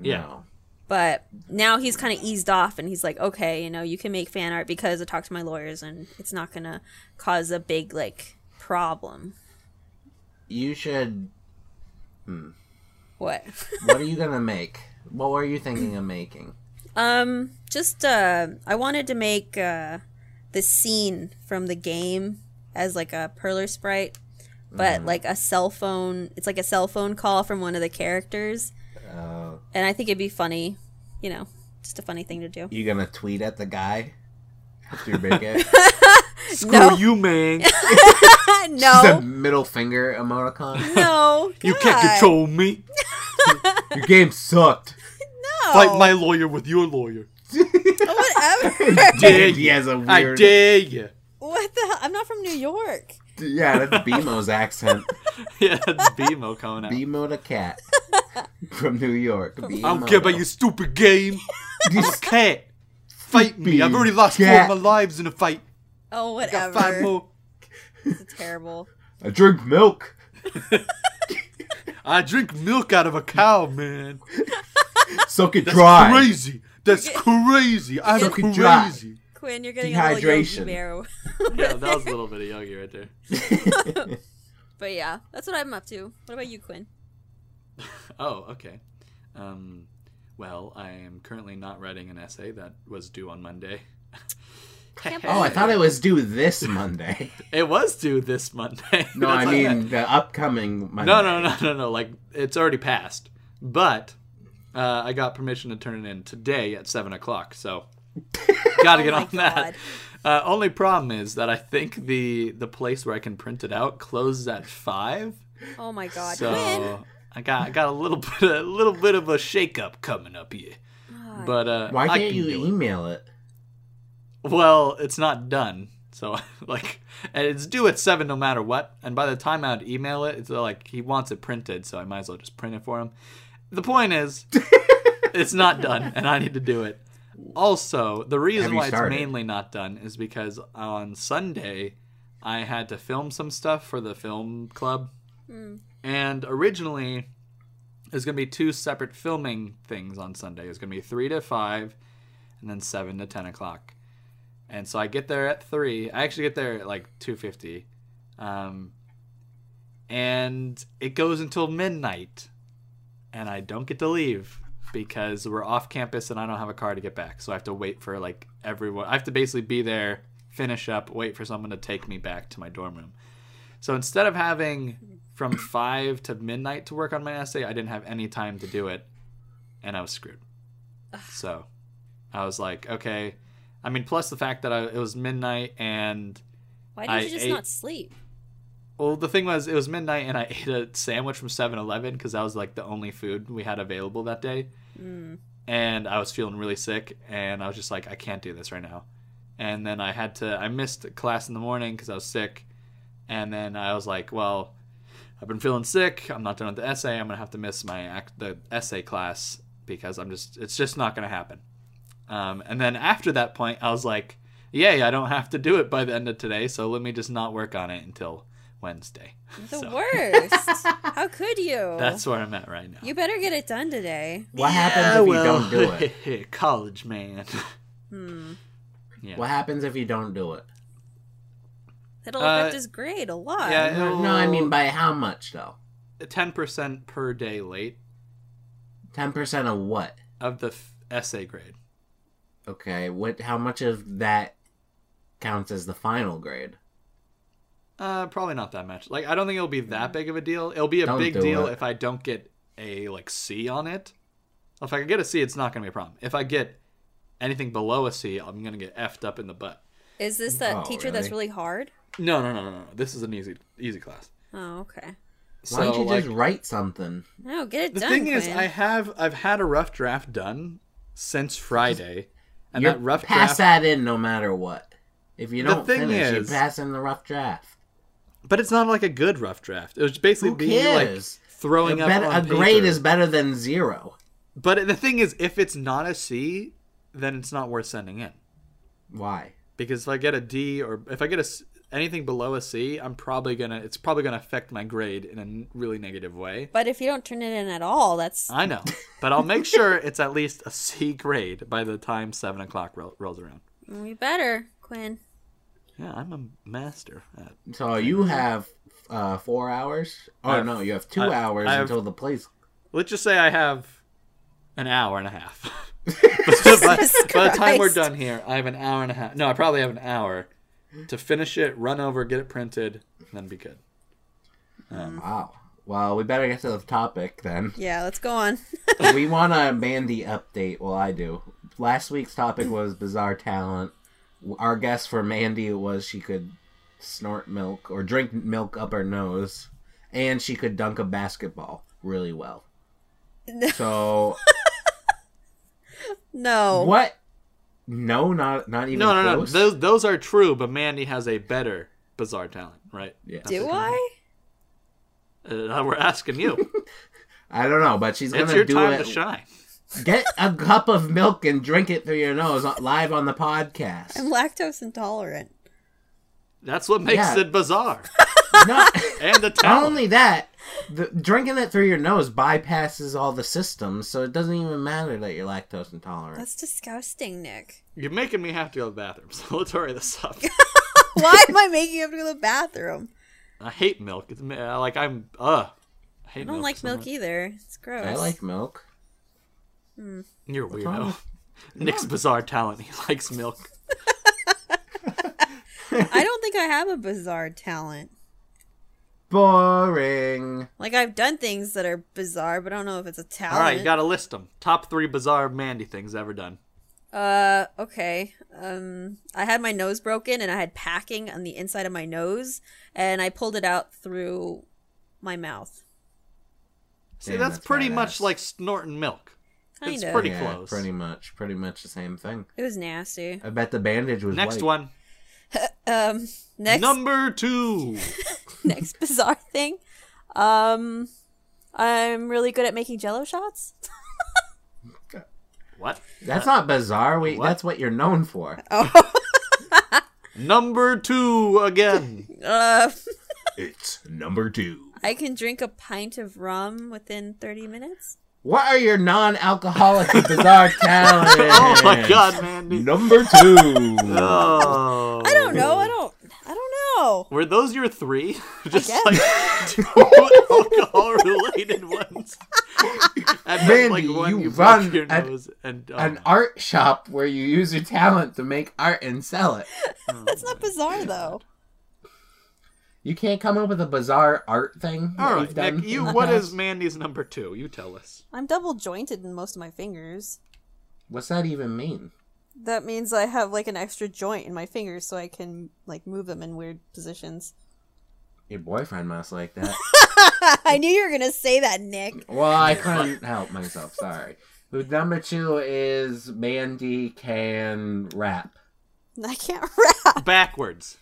Speaker 3: Yeah.
Speaker 1: No.
Speaker 2: But now he's kind of eased off and he's like, okay, you know, you can make fan art because I talked to my lawyers and it's not going to cause a big, like, problem.
Speaker 1: You should.
Speaker 2: What? <laughs>
Speaker 1: What are you gonna make? What were you thinking of making?
Speaker 2: um, just, uh, I wanted to make, uh, the scene from the game as, like, a perler sprite, but, like, a cell phone. It's like a cell phone call from one of the characters.
Speaker 1: Uh,
Speaker 2: And I think it'd be funny, you know, just a funny thing to do.
Speaker 1: you gonna tweet at the guy? After
Speaker 2: <laughs>
Speaker 1: big it.
Speaker 3: Screw
Speaker 2: No.
Speaker 3: you,
Speaker 2: <laughs>
Speaker 3: man.
Speaker 1: The
Speaker 2: no.
Speaker 1: middle finger
Speaker 2: <laughs>
Speaker 1: emoticon. <laughs>
Speaker 2: No.
Speaker 3: You can't
Speaker 2: God.
Speaker 3: control me.
Speaker 1: Your game sucked.
Speaker 2: No. Oh,
Speaker 3: Fight my lawyer with your lawyer.
Speaker 2: Whatever.
Speaker 1: <laughs>
Speaker 2: <laughs>
Speaker 3: Dare
Speaker 1: He has a
Speaker 3: I
Speaker 1: weird.
Speaker 3: dare you.
Speaker 2: What the hell? I'm not from New York.
Speaker 1: Yeah, that's Bemo's accent.
Speaker 3: <laughs> <laughs> Yeah, that's BMO coming out.
Speaker 1: Bemo the cat from New York. Bemo.
Speaker 3: I don't care about your stupid <laughs> game. I'm a cat. Fight me. I've already lost
Speaker 1: Cat.
Speaker 3: four of my lives in a fight.
Speaker 2: Oh, whatever.
Speaker 3: Got five more.
Speaker 2: It's terrible.
Speaker 1: I drink milk.
Speaker 3: I drink milk out of a cow, man.
Speaker 1: Suck it
Speaker 3: That's
Speaker 1: dry.
Speaker 3: crazy. That's crazy. I'm
Speaker 1: Look at dry.
Speaker 3: crazy.
Speaker 2: Quinn, you're getting a little Yogi
Speaker 1: Dehydration.
Speaker 2: Bear.
Speaker 3: <laughs> Yeah, that was a little bit of yogi right there.
Speaker 2: But yeah, that's what I'm up to. What about you,
Speaker 3: <laughs>
Speaker 2: Quinn?
Speaker 3: Oh, okay. Um, well, I am currently not writing an essay that was due on Monday. <laughs>
Speaker 2: Can't
Speaker 1: Oh, I thought it was due this Monday.
Speaker 3: It was due this Monday.
Speaker 1: No,
Speaker 3: <laughs> That's
Speaker 1: I
Speaker 3: what meant.
Speaker 1: mean the upcoming Monday.
Speaker 3: no, no, no, no, no. Like it's already passed, but uh, I got permission to turn it in today at seven o'clock. So got to get
Speaker 2: my
Speaker 3: on that. Uh, only problem is that I think the the place where I can print it out closes at five.
Speaker 2: Oh my god, Quinn.
Speaker 3: So I got I got a little <laughs> bit a little bit of a shakeup coming up here. But uh,
Speaker 1: Why
Speaker 3: I
Speaker 1: can't
Speaker 3: can
Speaker 1: you
Speaker 3: do it.
Speaker 1: email it?
Speaker 3: Well, it's not done. So <laughs> like and it's due at seven no matter what. And by the time I'd email it, it's like he wants it printed, so I might as well just print it for him. The point is
Speaker 1: <laughs>
Speaker 3: it's not done and I need to do it. Also, the
Speaker 1: Have
Speaker 3: reason
Speaker 1: you
Speaker 3: why it's
Speaker 1: started?
Speaker 3: mainly not done is because on Sunday I had to film some stuff for the film club.
Speaker 1: Hmm.
Speaker 3: And originally there's gonna be two separate filming things on Sunday. It's gonna be three to five and then seven to ten o'clock. And so I get there at three. I actually get there at like two fifty, um, and it goes until midnight, and I don't get to leave because we're off campus and I don't have a car to get back. So I have to wait for like everyone. I have to basically be there, finish up, wait for someone to take me back to my dorm room. So instead of having from five to midnight to work on my essay, I didn't have any time to do it, and I was screwed. So I was like, okay. I mean, plus the fact that I, it was midnight and
Speaker 2: Why did
Speaker 3: I
Speaker 2: you just
Speaker 3: ate-
Speaker 2: not sleep?
Speaker 3: Well, the thing was, it was midnight, and I <laughs> ate a sandwich from 7 Eleven because that was like the only food we had available that day.
Speaker 2: Hmm,
Speaker 3: And I was feeling really sick, and I was just like, I can't do this right now. And then I had to, I missed class in the morning because I was sick. And then I was like, well, I've been feeling sick. I'm not done with the essay. I'm going to have to miss my ac- the essay class because I'm just, it's just not going to happen. Um, and then after that point, I was like, yay, I don't have to do it by the end of today, so let me just not work on it until Wednesday.
Speaker 2: The
Speaker 3: So, <laughs>
Speaker 2: worst. How could you?
Speaker 3: That's where I'm at right now.
Speaker 2: You better get it done today.
Speaker 1: What happens if you don't do
Speaker 3: <laughs>
Speaker 1: it?
Speaker 3: it? College man.
Speaker 2: Hmm.
Speaker 3: Yeah.
Speaker 1: What happens if you don't do it?
Speaker 2: That'll
Speaker 3: Uh,
Speaker 2: affect his grade a lot.
Speaker 3: yeah.
Speaker 1: No, no, I
Speaker 3: oh.
Speaker 1: mean by how much though?
Speaker 3: Ten percent per day late
Speaker 1: Ten percent of what?
Speaker 3: of the f- essay grade.
Speaker 1: Okay, what? How much of that counts as the final grade?
Speaker 3: Uh, probably not that much. Like, I don't think it'll be that big of a deal. It'll be a
Speaker 1: Mm-hmm. Don't
Speaker 3: big
Speaker 1: do
Speaker 3: deal
Speaker 1: it.
Speaker 3: if I don't get a like C on it. If I can get a C, it's not gonna be a problem. If I get anything below a C, I'm gonna get effed up in the butt.
Speaker 2: Is this that
Speaker 1: Oh,
Speaker 2: teacher that's
Speaker 1: really?
Speaker 2: really hard?
Speaker 3: No, no, no, no, no. This is an easy, easy class.
Speaker 2: Oh, okay.
Speaker 1: Why don't you
Speaker 3: like,
Speaker 1: just write something?
Speaker 2: No, get it
Speaker 3: the
Speaker 2: done.
Speaker 3: thing is,
Speaker 2: Quinn.
Speaker 3: I have I've had a rough draft done since Friday, and
Speaker 1: you
Speaker 3: that rough
Speaker 1: pass
Speaker 3: draft.
Speaker 1: that in no matter what. If you
Speaker 3: The
Speaker 1: don't
Speaker 3: thing
Speaker 1: finish,
Speaker 3: is-
Speaker 1: you pass in the rough draft.
Speaker 3: But it's not like a good rough draft. It was basically
Speaker 1: Who
Speaker 3: being
Speaker 1: cares?
Speaker 3: like throwing
Speaker 1: a
Speaker 3: up
Speaker 1: better-
Speaker 3: on
Speaker 1: a grade
Speaker 3: paper.
Speaker 1: is better than zero.
Speaker 3: But the thing is, if it's not a C, then it's not worth sending in.
Speaker 1: Why?
Speaker 3: because if I get a D or if I get a s- anything below a C, I'm probably gonna it's probably gonna affect my grade in a n- really negative way.
Speaker 2: But if you don't turn it in at all, that's
Speaker 3: I know, but I'll make sure it's at least a C grade by the time seven o'clock roll rolls around.
Speaker 2: we better, Quinn.
Speaker 3: Yeah, I'm a master. At,
Speaker 1: So you have uh, four hours? Oh
Speaker 3: I have-
Speaker 1: no, you have two
Speaker 3: I-
Speaker 1: hours
Speaker 3: I have-
Speaker 1: until the place.
Speaker 3: let's just say I have an hour and a half. <laughs> But <laughs>
Speaker 2: <laughs>
Speaker 3: by, by the time we're
Speaker 2: Christ.
Speaker 3: done here, I have an hour and a half. No, I probably have an hour to finish it, run over, get it printed, and then be good.
Speaker 1: Wow. Well, we better get to the topic then.
Speaker 2: Yeah, let's go on. <laughs>
Speaker 1: we want a Mandy update. Well, I do. Last week's topic was bizarre talent. Our guess for Mandy was she could snort milk or drink milk up her nose, and she could dunk a basketball really well. So
Speaker 2: <laughs> no.
Speaker 1: what? No, not not even
Speaker 3: No, no, no.
Speaker 1: close.
Speaker 3: Those those are true, but Mandy has a better bizarre talent, right?
Speaker 1: Yeah.
Speaker 2: Do I?
Speaker 3: Uh, we're
Speaker 1: <laughs>
Speaker 3: asking you.
Speaker 1: I don't know, but she's
Speaker 3: it's
Speaker 1: gonna
Speaker 3: your
Speaker 1: do
Speaker 3: time
Speaker 1: it.
Speaker 3: to shine.
Speaker 1: Get a cup of milk and drink it through your nose on- live on the podcast.
Speaker 2: I'm lactose intolerant.
Speaker 3: That's what makes
Speaker 1: Yeah. <laughs>
Speaker 3: it bizarre.
Speaker 2: <laughs>
Speaker 1: Not,
Speaker 3: And the
Speaker 1: not
Speaker 3: talent.
Speaker 1: only that, the, drinking it through your nose bypasses all the systems, so it doesn't even matter that you're lactose intolerant.
Speaker 2: That's disgusting,
Speaker 3: <laughs>
Speaker 2: Nick.
Speaker 3: You're making me have to go to the bathroom, <laughs> so let's hurry this up.
Speaker 2: Why am I making him go to the bathroom?
Speaker 3: I hate milk. It's uh, like I'm uh. I, hate
Speaker 2: I don't like
Speaker 3: so
Speaker 2: milk
Speaker 3: much.
Speaker 2: either. It's gross.
Speaker 1: I like milk.
Speaker 3: You're
Speaker 1: wrong
Speaker 3: a weirdo.
Speaker 1: with-
Speaker 3: <laughs> Nick's bizarre talent. He likes milk.
Speaker 2: <laughs> I don't think I have a bizarre talent.
Speaker 1: Boring.
Speaker 2: Like I've done things that are bizarre, but I don't know if it's a talent.
Speaker 3: All right, you gotta list them. Top three bizarre Mandy things ever done.
Speaker 2: Uh, okay. Um, I had my nose broken and I had packing on the inside of my nose, and I pulled it out through my mouth.
Speaker 3: See,
Speaker 1: Damn,
Speaker 3: that's,
Speaker 1: that's
Speaker 3: pretty
Speaker 1: badass.
Speaker 3: much like snorting milk.
Speaker 2: Kind
Speaker 3: It's
Speaker 2: of.
Speaker 3: pretty
Speaker 1: yeah,
Speaker 3: close.
Speaker 1: Pretty much. Pretty much the same thing.
Speaker 2: It was nasty.
Speaker 1: I bet the bandage was white.
Speaker 3: Next one,
Speaker 2: Um, next
Speaker 3: number two.
Speaker 2: <laughs> next bizarre thing. Um, I'm really good at making Jello shots.
Speaker 3: what?
Speaker 1: That's not bizarre. We
Speaker 3: What?
Speaker 1: that's what you're known for.
Speaker 2: Oh,
Speaker 3: Number
Speaker 1: <laughs>
Speaker 3: two again.
Speaker 2: uh,
Speaker 1: It's number two.
Speaker 2: I can drink a pint of rum within 30 minutes.
Speaker 1: What are your non-alcoholic
Speaker 3: <laughs>
Speaker 1: bizarre talents?
Speaker 3: oh my god, Mandy.
Speaker 1: Number two.
Speaker 3: <laughs> Oh.
Speaker 2: I don't know. I don't. I don't know.
Speaker 3: Were those your three? <laughs> Just
Speaker 2: guess.
Speaker 3: like
Speaker 2: <laughs>
Speaker 3: two alcohol related ones. And then,
Speaker 1: Mandy, you
Speaker 3: broke
Speaker 1: run
Speaker 3: your
Speaker 1: an-
Speaker 3: nose and, oh
Speaker 1: An
Speaker 3: my-
Speaker 1: art shop where you use your talent to make art and sell it.
Speaker 2: That's not bizarre though.
Speaker 1: You can't come up with a bizarre art thing. that
Speaker 3: All
Speaker 1: you've
Speaker 3: right,
Speaker 1: done
Speaker 3: Oh, Nick, you
Speaker 1: in the
Speaker 3: what
Speaker 1: past? <laughs>
Speaker 3: is Mandy's number two? You tell us.
Speaker 2: I'm double jointed in most of my fingers.
Speaker 1: What's that even mean?
Speaker 2: That means I have like an extra joint in my fingers so I can like move them in weird positions. <laughs>
Speaker 1: Your boyfriend must like
Speaker 3: <laughs>
Speaker 1: that.
Speaker 2: I knew you were gonna say that, Nick.
Speaker 1: well, I couldn't help myself. Sorry. But number two is Mandy can rap.
Speaker 2: I can't <laughs> rap
Speaker 3: Backwards.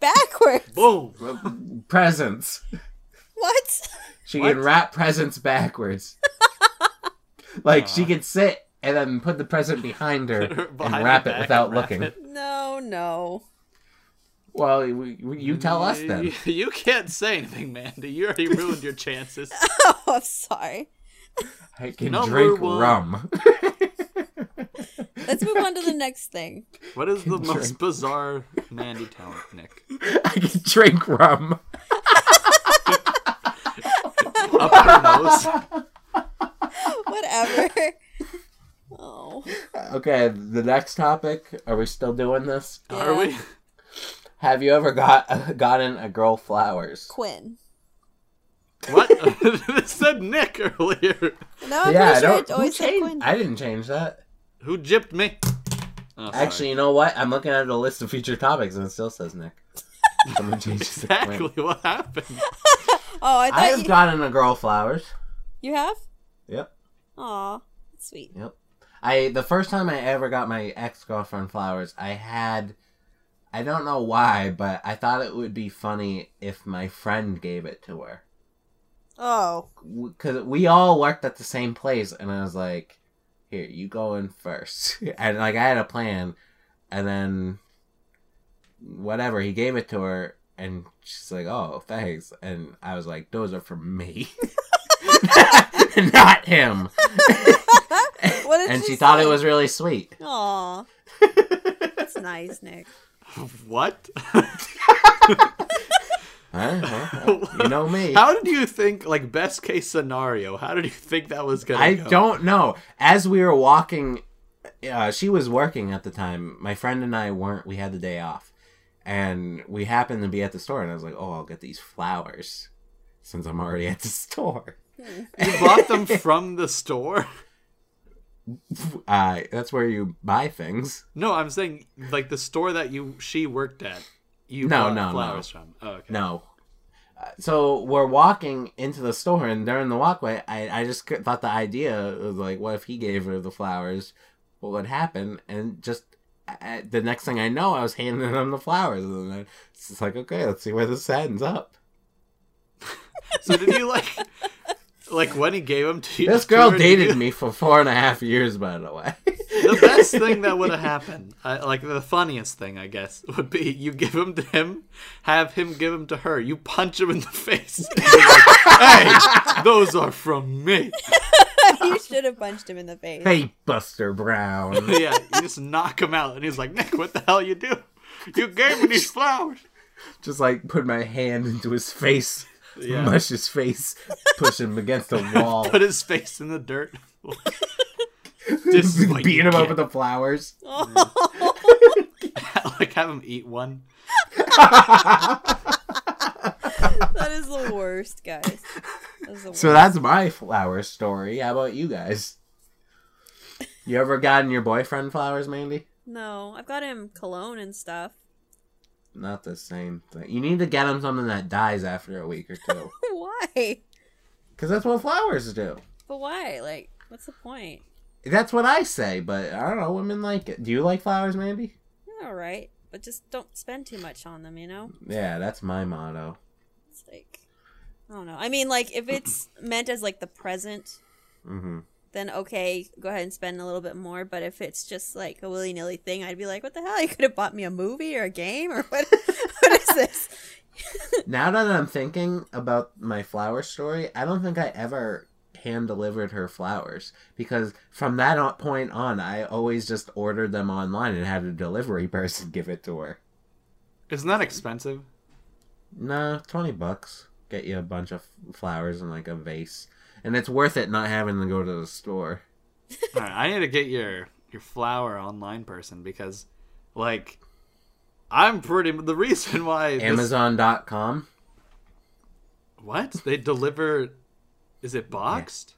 Speaker 2: backwards.
Speaker 3: Boom.
Speaker 1: Presents.
Speaker 2: What?
Speaker 1: She
Speaker 3: What?
Speaker 1: can wrap presents
Speaker 3: <laughs>
Speaker 1: backwards. like she can sit and then put the present behind
Speaker 3: <laughs>
Speaker 1: her
Speaker 3: Behind
Speaker 1: and wrap
Speaker 3: her
Speaker 1: it
Speaker 3: back
Speaker 1: without
Speaker 3: and wrap
Speaker 1: looking.
Speaker 3: it.
Speaker 2: No, no.
Speaker 1: Well, we- we- you tell us then.
Speaker 3: You, <laughs> you can't say anything, Mandy. You already ruined your chances.
Speaker 2: <laughs> Oh, I'm sorry.
Speaker 1: I can
Speaker 3: Number
Speaker 1: drink
Speaker 3: one.
Speaker 1: rum. <laughs>
Speaker 2: Let's move on to the next thing.
Speaker 3: What is the most
Speaker 1: drink.
Speaker 3: bizarre Mandy talent, Nick?
Speaker 1: I can drink rum.
Speaker 3: Up her
Speaker 2: <laughs>
Speaker 3: nose.
Speaker 2: Whatever. <laughs> Oh,
Speaker 1: Okay, the next topic. Are we still doing this?
Speaker 3: Are we?
Speaker 1: Have you ever got <laughs> gotten a girl flowers?
Speaker 2: Quinn.
Speaker 3: What? <laughs> it said Nick earlier.
Speaker 2: No, I'm
Speaker 1: yeah,
Speaker 2: pretty sure
Speaker 1: don't,
Speaker 2: it always
Speaker 1: who
Speaker 2: said
Speaker 1: changed-
Speaker 2: Quinn.
Speaker 1: I didn't change that.
Speaker 3: Who gypped me? Oh, sorry.
Speaker 1: Actually, you know what? I'm looking at a list of future topics and it still says
Speaker 3: <laughs>
Speaker 1: Nick. Someone changed it to Quinn.
Speaker 3: exactly what happened. <laughs>
Speaker 2: Oh, I
Speaker 1: I
Speaker 2: thought
Speaker 1: have
Speaker 2: you,
Speaker 1: gotten a girl flowers.
Speaker 2: you have.
Speaker 1: Yep.
Speaker 2: Aw, that's sweet.
Speaker 1: Yep. I the first time I ever got my ex girlfriend flowers, I had I don't know why, but I thought it would be funny if my friend gave it to her.
Speaker 2: Oh,
Speaker 1: Cuz we all worked at the same place and I was like, "Here, you go in first. <laughs> and like I had a plan and then whatever, he gave it to her and she's like, "Oh, thanks." And I was like, "Those are for me." <laughs> Not him.
Speaker 2: <laughs> what did
Speaker 1: and
Speaker 2: you
Speaker 1: she thought
Speaker 2: say?
Speaker 1: it was really sweet.
Speaker 2: Aw,
Speaker 1: <laughs>
Speaker 2: that's nice, Nick.
Speaker 3: What?
Speaker 1: Huh? Huh? Huh? you know
Speaker 3: <laughs>
Speaker 1: me.
Speaker 3: How did you think, like, best case scenario, how did you think that was going to
Speaker 1: I
Speaker 3: go?
Speaker 1: don't know. As we were walking, uh, she was working at the time. My friend and I weren't. We had the day off, and we happened to be at the store. And I was like, "Oh, I'll get these flowers, since I'm already at the <laughs> store."
Speaker 2: Hmm.
Speaker 3: You
Speaker 1: <laughs>
Speaker 3: bought them from the store?
Speaker 1: Uh, that's where you buy things.
Speaker 3: No, I'm saying, like, the store that you she worked at, you
Speaker 1: No,
Speaker 3: bought
Speaker 1: no, no.
Speaker 3: flowers from. Oh, okay.
Speaker 1: No. Uh, So we're walking into the store, and during the walkway, I, I just cou- thought the idea was like, what if he gave her the flowers? What would happen? And just I, I- the next thing I know, I was handing him the flowers, and then it's just like, okay, let's see where this ends up.
Speaker 3: So did you, like, like, when he gave them to you?
Speaker 1: This
Speaker 3: to
Speaker 1: girl
Speaker 3: her, did
Speaker 1: dated
Speaker 3: you-
Speaker 1: me for four and a half years, by the way.
Speaker 3: the best thing that would have happened, I, like the funniest thing, I guess, <laughs> would be you give him to him, have him give him to her. You punch him in the <laughs> face. And be like, hey, those are from me. <laughs>
Speaker 2: you should have punched him in the
Speaker 1: <laughs>
Speaker 2: face. <laughs>
Speaker 1: hey, Buster Brown.
Speaker 3: <laughs> Yeah, you just knock him out, and he's like, Nick, what the hell you do? You gave me these flowers.
Speaker 1: just like put my hand into his face,
Speaker 3: Yeah.
Speaker 1: mush his face, push him against
Speaker 3: <laughs>
Speaker 1: the wall,
Speaker 3: Put his face in the dirt. <laughs> This is
Speaker 1: <laughs>
Speaker 3: what
Speaker 1: beat
Speaker 3: you
Speaker 1: him up
Speaker 3: get.
Speaker 1: with the flowers.
Speaker 3: like have him eat one.
Speaker 2: That is the worst, guys. That is the worst.
Speaker 1: So that's my flower story. How about you guys? You ever gotten your boyfriend flowers, Mandy?
Speaker 2: no, I've got him cologne and stuff. <laughs>
Speaker 1: Not the same thing. You need to get him something that dies after a week or two.
Speaker 2: Why?
Speaker 1: Because that's what flowers do.
Speaker 2: But why? Like, what's the point?
Speaker 1: That's what I say, but I don't know. Women like it. Do you like flowers, Mandy?
Speaker 2: All right, but just don't spend too much on them. You know,
Speaker 1: Yeah, that's my motto.
Speaker 2: it's like I don't know. I mean, like if <clears throat> it's meant as like the present,
Speaker 1: Mm-hmm.
Speaker 2: then okay, go ahead and spend a little bit more. But if it's just like a willy nilly thing, I'd be like, what the hell? You could have bought me a movie or a game or what? <laughs> what is this? <laughs>
Speaker 1: Now that I'm thinking about my flower story, I don't think I ever hand delivered her flowers because from that on- point on, I always just ordered them online and had a delivery <laughs> person give it to her.
Speaker 3: Isn't that expensive?
Speaker 1: Nah, 20 bucks. Get you a bunch of flowers in like a vase. And it's worth it not having to go to the store.
Speaker 3: All right, I need to get your your flower online person because, like, I'm pretty. The reason why this-
Speaker 1: Amazon.com?
Speaker 3: What? They deliver is it boxed?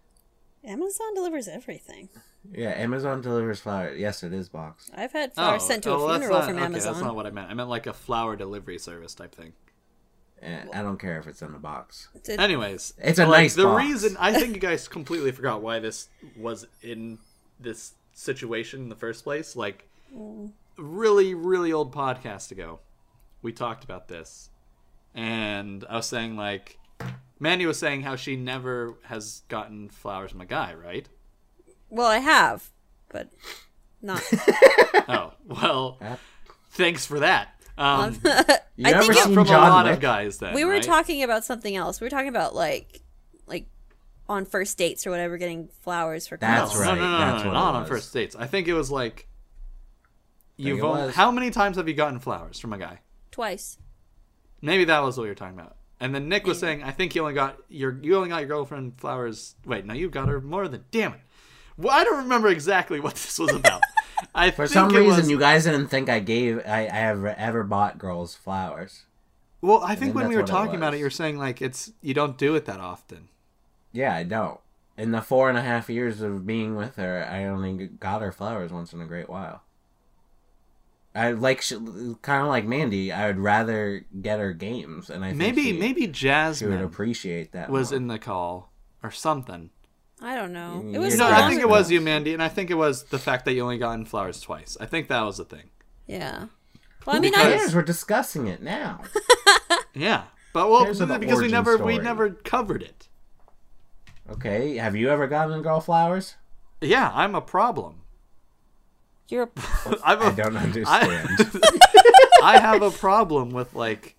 Speaker 2: Amazon delivers everything.
Speaker 1: Yeah, Amazon delivers flour. Yes, it is box.
Speaker 2: I've had flowers sent to a
Speaker 3: oh, that's
Speaker 2: funeral
Speaker 3: not-
Speaker 2: from
Speaker 3: okay,
Speaker 2: Amazon.
Speaker 3: That's not what I meant. I meant like a flower delivery service type thing.
Speaker 1: Eh, I don't care if it's in a box.
Speaker 2: It-
Speaker 3: Anyways,
Speaker 1: It's a
Speaker 3: like,
Speaker 1: nice
Speaker 3: The
Speaker 1: box.
Speaker 3: reason I
Speaker 2: <laughs>
Speaker 3: think you guys completely forgot why this was in this situation in the first place. Like,
Speaker 2: Mm.
Speaker 3: really, really old podcast ago, we talked about this, and I was saying like, Mandy was saying how she never has gotten flowers from a
Speaker 2: <laughs>
Speaker 3: guy, right?
Speaker 2: well, I have, but
Speaker 3: <laughs>
Speaker 2: not.
Speaker 3: oh, well,
Speaker 1: Yep.
Speaker 3: thanks for that. Um,
Speaker 1: You
Speaker 2: I
Speaker 1: ever
Speaker 2: think it-
Speaker 1: seen
Speaker 3: from
Speaker 1: John
Speaker 3: a lot
Speaker 1: Wick?
Speaker 3: of guys. Then
Speaker 2: we were
Speaker 3: right?
Speaker 2: talking about something else. We were talking about like, like on first dates or whatever, getting flowers for.
Speaker 1: That's
Speaker 2: couples.
Speaker 1: right.
Speaker 3: No, no, no,
Speaker 1: that's
Speaker 3: no,
Speaker 1: what
Speaker 3: not
Speaker 1: it
Speaker 3: on
Speaker 1: was.
Speaker 3: first dates. I think it was like you've
Speaker 1: it
Speaker 3: only,
Speaker 1: was.
Speaker 3: how many times have you gotten flowers from a guy?
Speaker 2: Twice.
Speaker 3: Maybe that was what you were talking about. And then Nick was saying, I think you only got your you only got your girlfriend flowers. Wait, no, you got her more than damn it. Well, I don't remember exactly what this was
Speaker 2: <laughs>
Speaker 3: about. I
Speaker 1: For
Speaker 3: think
Speaker 1: some
Speaker 3: it
Speaker 1: reason,
Speaker 3: was,
Speaker 1: you guys didn't think I gave I, I ever ever bought girls flowers.
Speaker 3: Well, I think
Speaker 1: think
Speaker 3: when we
Speaker 1: that's
Speaker 3: were
Speaker 1: what it
Speaker 3: talking about it,
Speaker 1: was.
Speaker 3: you were saying like it's you don't do it that often.
Speaker 1: Yeah, I don't. In the four and a half years of being with her, I only got her flowers once in a great while. I like kind of like Mandy. I would rather get her games, and I think
Speaker 3: Maybe
Speaker 1: she,
Speaker 3: maybe
Speaker 1: she would
Speaker 3: Jasmine
Speaker 1: appreciate that.
Speaker 3: was
Speaker 1: more.
Speaker 3: in the call or something.
Speaker 2: I don't know.
Speaker 1: Mm,
Speaker 2: It was.
Speaker 1: you
Speaker 3: No,
Speaker 1: know,
Speaker 3: I think it
Speaker 2: long
Speaker 3: was
Speaker 2: ago.
Speaker 3: you, Mandy, and I think it was the fact that you only gotten flowers twice. I think that was the thing.
Speaker 2: Yeah. Well, I
Speaker 1: Who
Speaker 2: mean, I
Speaker 1: cares? we're discussing it now.
Speaker 3: Yeah, but well,
Speaker 1: Here's an
Speaker 3: because we
Speaker 1: origin
Speaker 3: never we
Speaker 1: story.
Speaker 3: never covered it.
Speaker 1: okay, have you ever gotten a girl flowers?
Speaker 3: Yeah, I'm a problem. <laughs>
Speaker 2: you're
Speaker 3: I'm a,
Speaker 1: I
Speaker 3: <laughs>
Speaker 1: don't understand.
Speaker 3: I have a problem with like,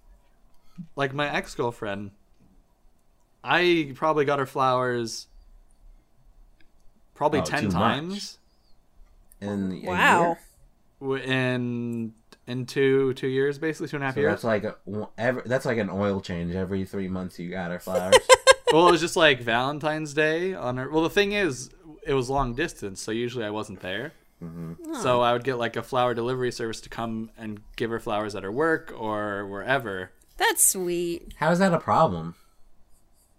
Speaker 3: like my ex girlfriend. I probably got her flowers. Probably
Speaker 1: Oh,
Speaker 3: ten
Speaker 1: too much.
Speaker 3: times
Speaker 1: in a
Speaker 2: wow.
Speaker 1: year?
Speaker 3: w- in in two two years, basically two and a half
Speaker 1: So
Speaker 3: years.
Speaker 1: that's like a, every, that's like an oil change every three months. You got her <laughs> flowers.
Speaker 3: well, it was just like Valentine's Day on her. Well, the thing is, it was long distance, so usually I wasn't there.
Speaker 1: Mm-hmm.
Speaker 3: So I would get like a flower delivery service to come and give her flowers at her work or wherever.
Speaker 2: That's sweet.
Speaker 1: How is that a problem?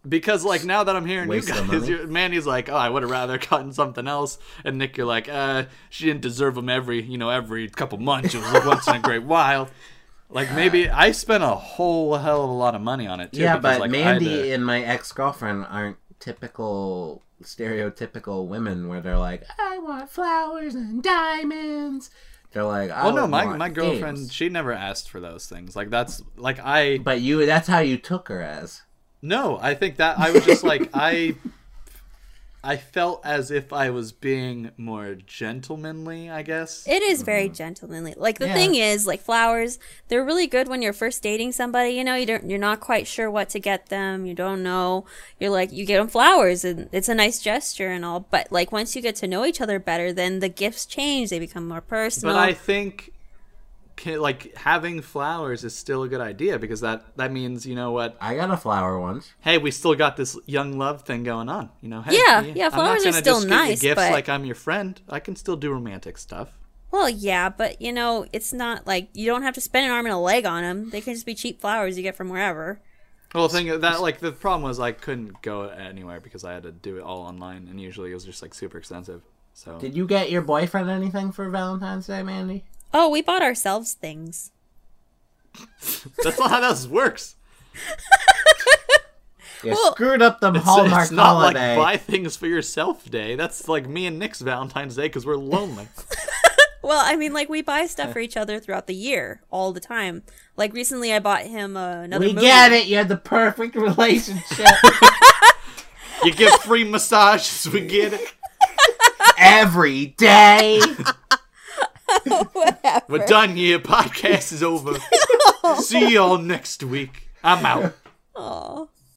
Speaker 3: Because like now that I'm hearing you
Speaker 1: Waste the
Speaker 3: guys,
Speaker 1: money.
Speaker 3: <laughs> you're, Mandy's like, oh, I would have rather gotten something else, and Nick, you're like, uh, she didn't deserve them every you know every couple months. It was like once
Speaker 1: <laughs>
Speaker 3: in a great while. Like maybe I spent a whole hell of a lot of money on it too.
Speaker 1: yeah,
Speaker 3: because,
Speaker 1: but
Speaker 3: like, I had
Speaker 1: Mandy
Speaker 3: to-
Speaker 1: and my ex girlfriend aren't typical, stereotypical women where they're like, I want flowers and diamonds. They're like, I
Speaker 3: Well, Oh, no,
Speaker 1: would
Speaker 3: my,
Speaker 1: want
Speaker 3: my girlfriend,
Speaker 1: games."
Speaker 3: she never asked for those things. Like that's like I
Speaker 1: But you, that's how you took her as.
Speaker 3: no, I think that I was just like I I felt as if I was being more gentlemanly, I guess.
Speaker 2: It is
Speaker 3: Mm.
Speaker 2: very gentlemanly. Like the
Speaker 1: Yeah.
Speaker 2: thing is, like flowers, they're really good when you're first dating somebody. You know, you don't, you're not quite sure what to get them. You don't know. You're like, you get them flowers, and it's a nice gesture and all. But like once you get to know each other better, then the gifts change. They become more
Speaker 3: but
Speaker 2: personal.
Speaker 3: I think ca- like having flowers is still a good idea because that that means, you know what,
Speaker 1: I got a flower once.
Speaker 3: hey, we still got this young love thing going on. You know, hey,
Speaker 2: Yeah, yeah,
Speaker 3: I'm not
Speaker 2: flowers are
Speaker 3: gonna
Speaker 2: still
Speaker 3: just get you
Speaker 2: nice,
Speaker 3: gifts
Speaker 2: but-
Speaker 3: like I'm your friend. I can still do romantic stuff.
Speaker 2: well, yeah, but you know, it's not like you don't have to spend an arm and a leg on them. They can just be cheap flowers you get from wherever.
Speaker 3: Well, the thing that like the problem was I couldn't go anywhere because I had to do it all online, and usually it was just like super expensive. So
Speaker 1: Did you get your boyfriend anything for Valentine's Day, Mandy?
Speaker 2: Oh, we bought ourselves things.
Speaker 3: that's not how this works.
Speaker 1: You
Speaker 2: Well,
Speaker 1: screwed up the
Speaker 3: So
Speaker 1: Hallmark
Speaker 3: it's not
Speaker 1: holiday.
Speaker 3: like buy things for yourself day. That's like me and Nick's Valentine's Day because we're lonely.
Speaker 2: Well, I mean, like we buy stuff for each other throughout the year, all the time. Like recently, I bought him uh, another.
Speaker 1: we
Speaker 2: movie.
Speaker 1: get it. You had the perfect <laughs> relationship.
Speaker 3: you get free massages. We get it.
Speaker 1: every day.
Speaker 3: We're done here. Podcast is over. See y'all next week. I'm out.
Speaker 2: Aw.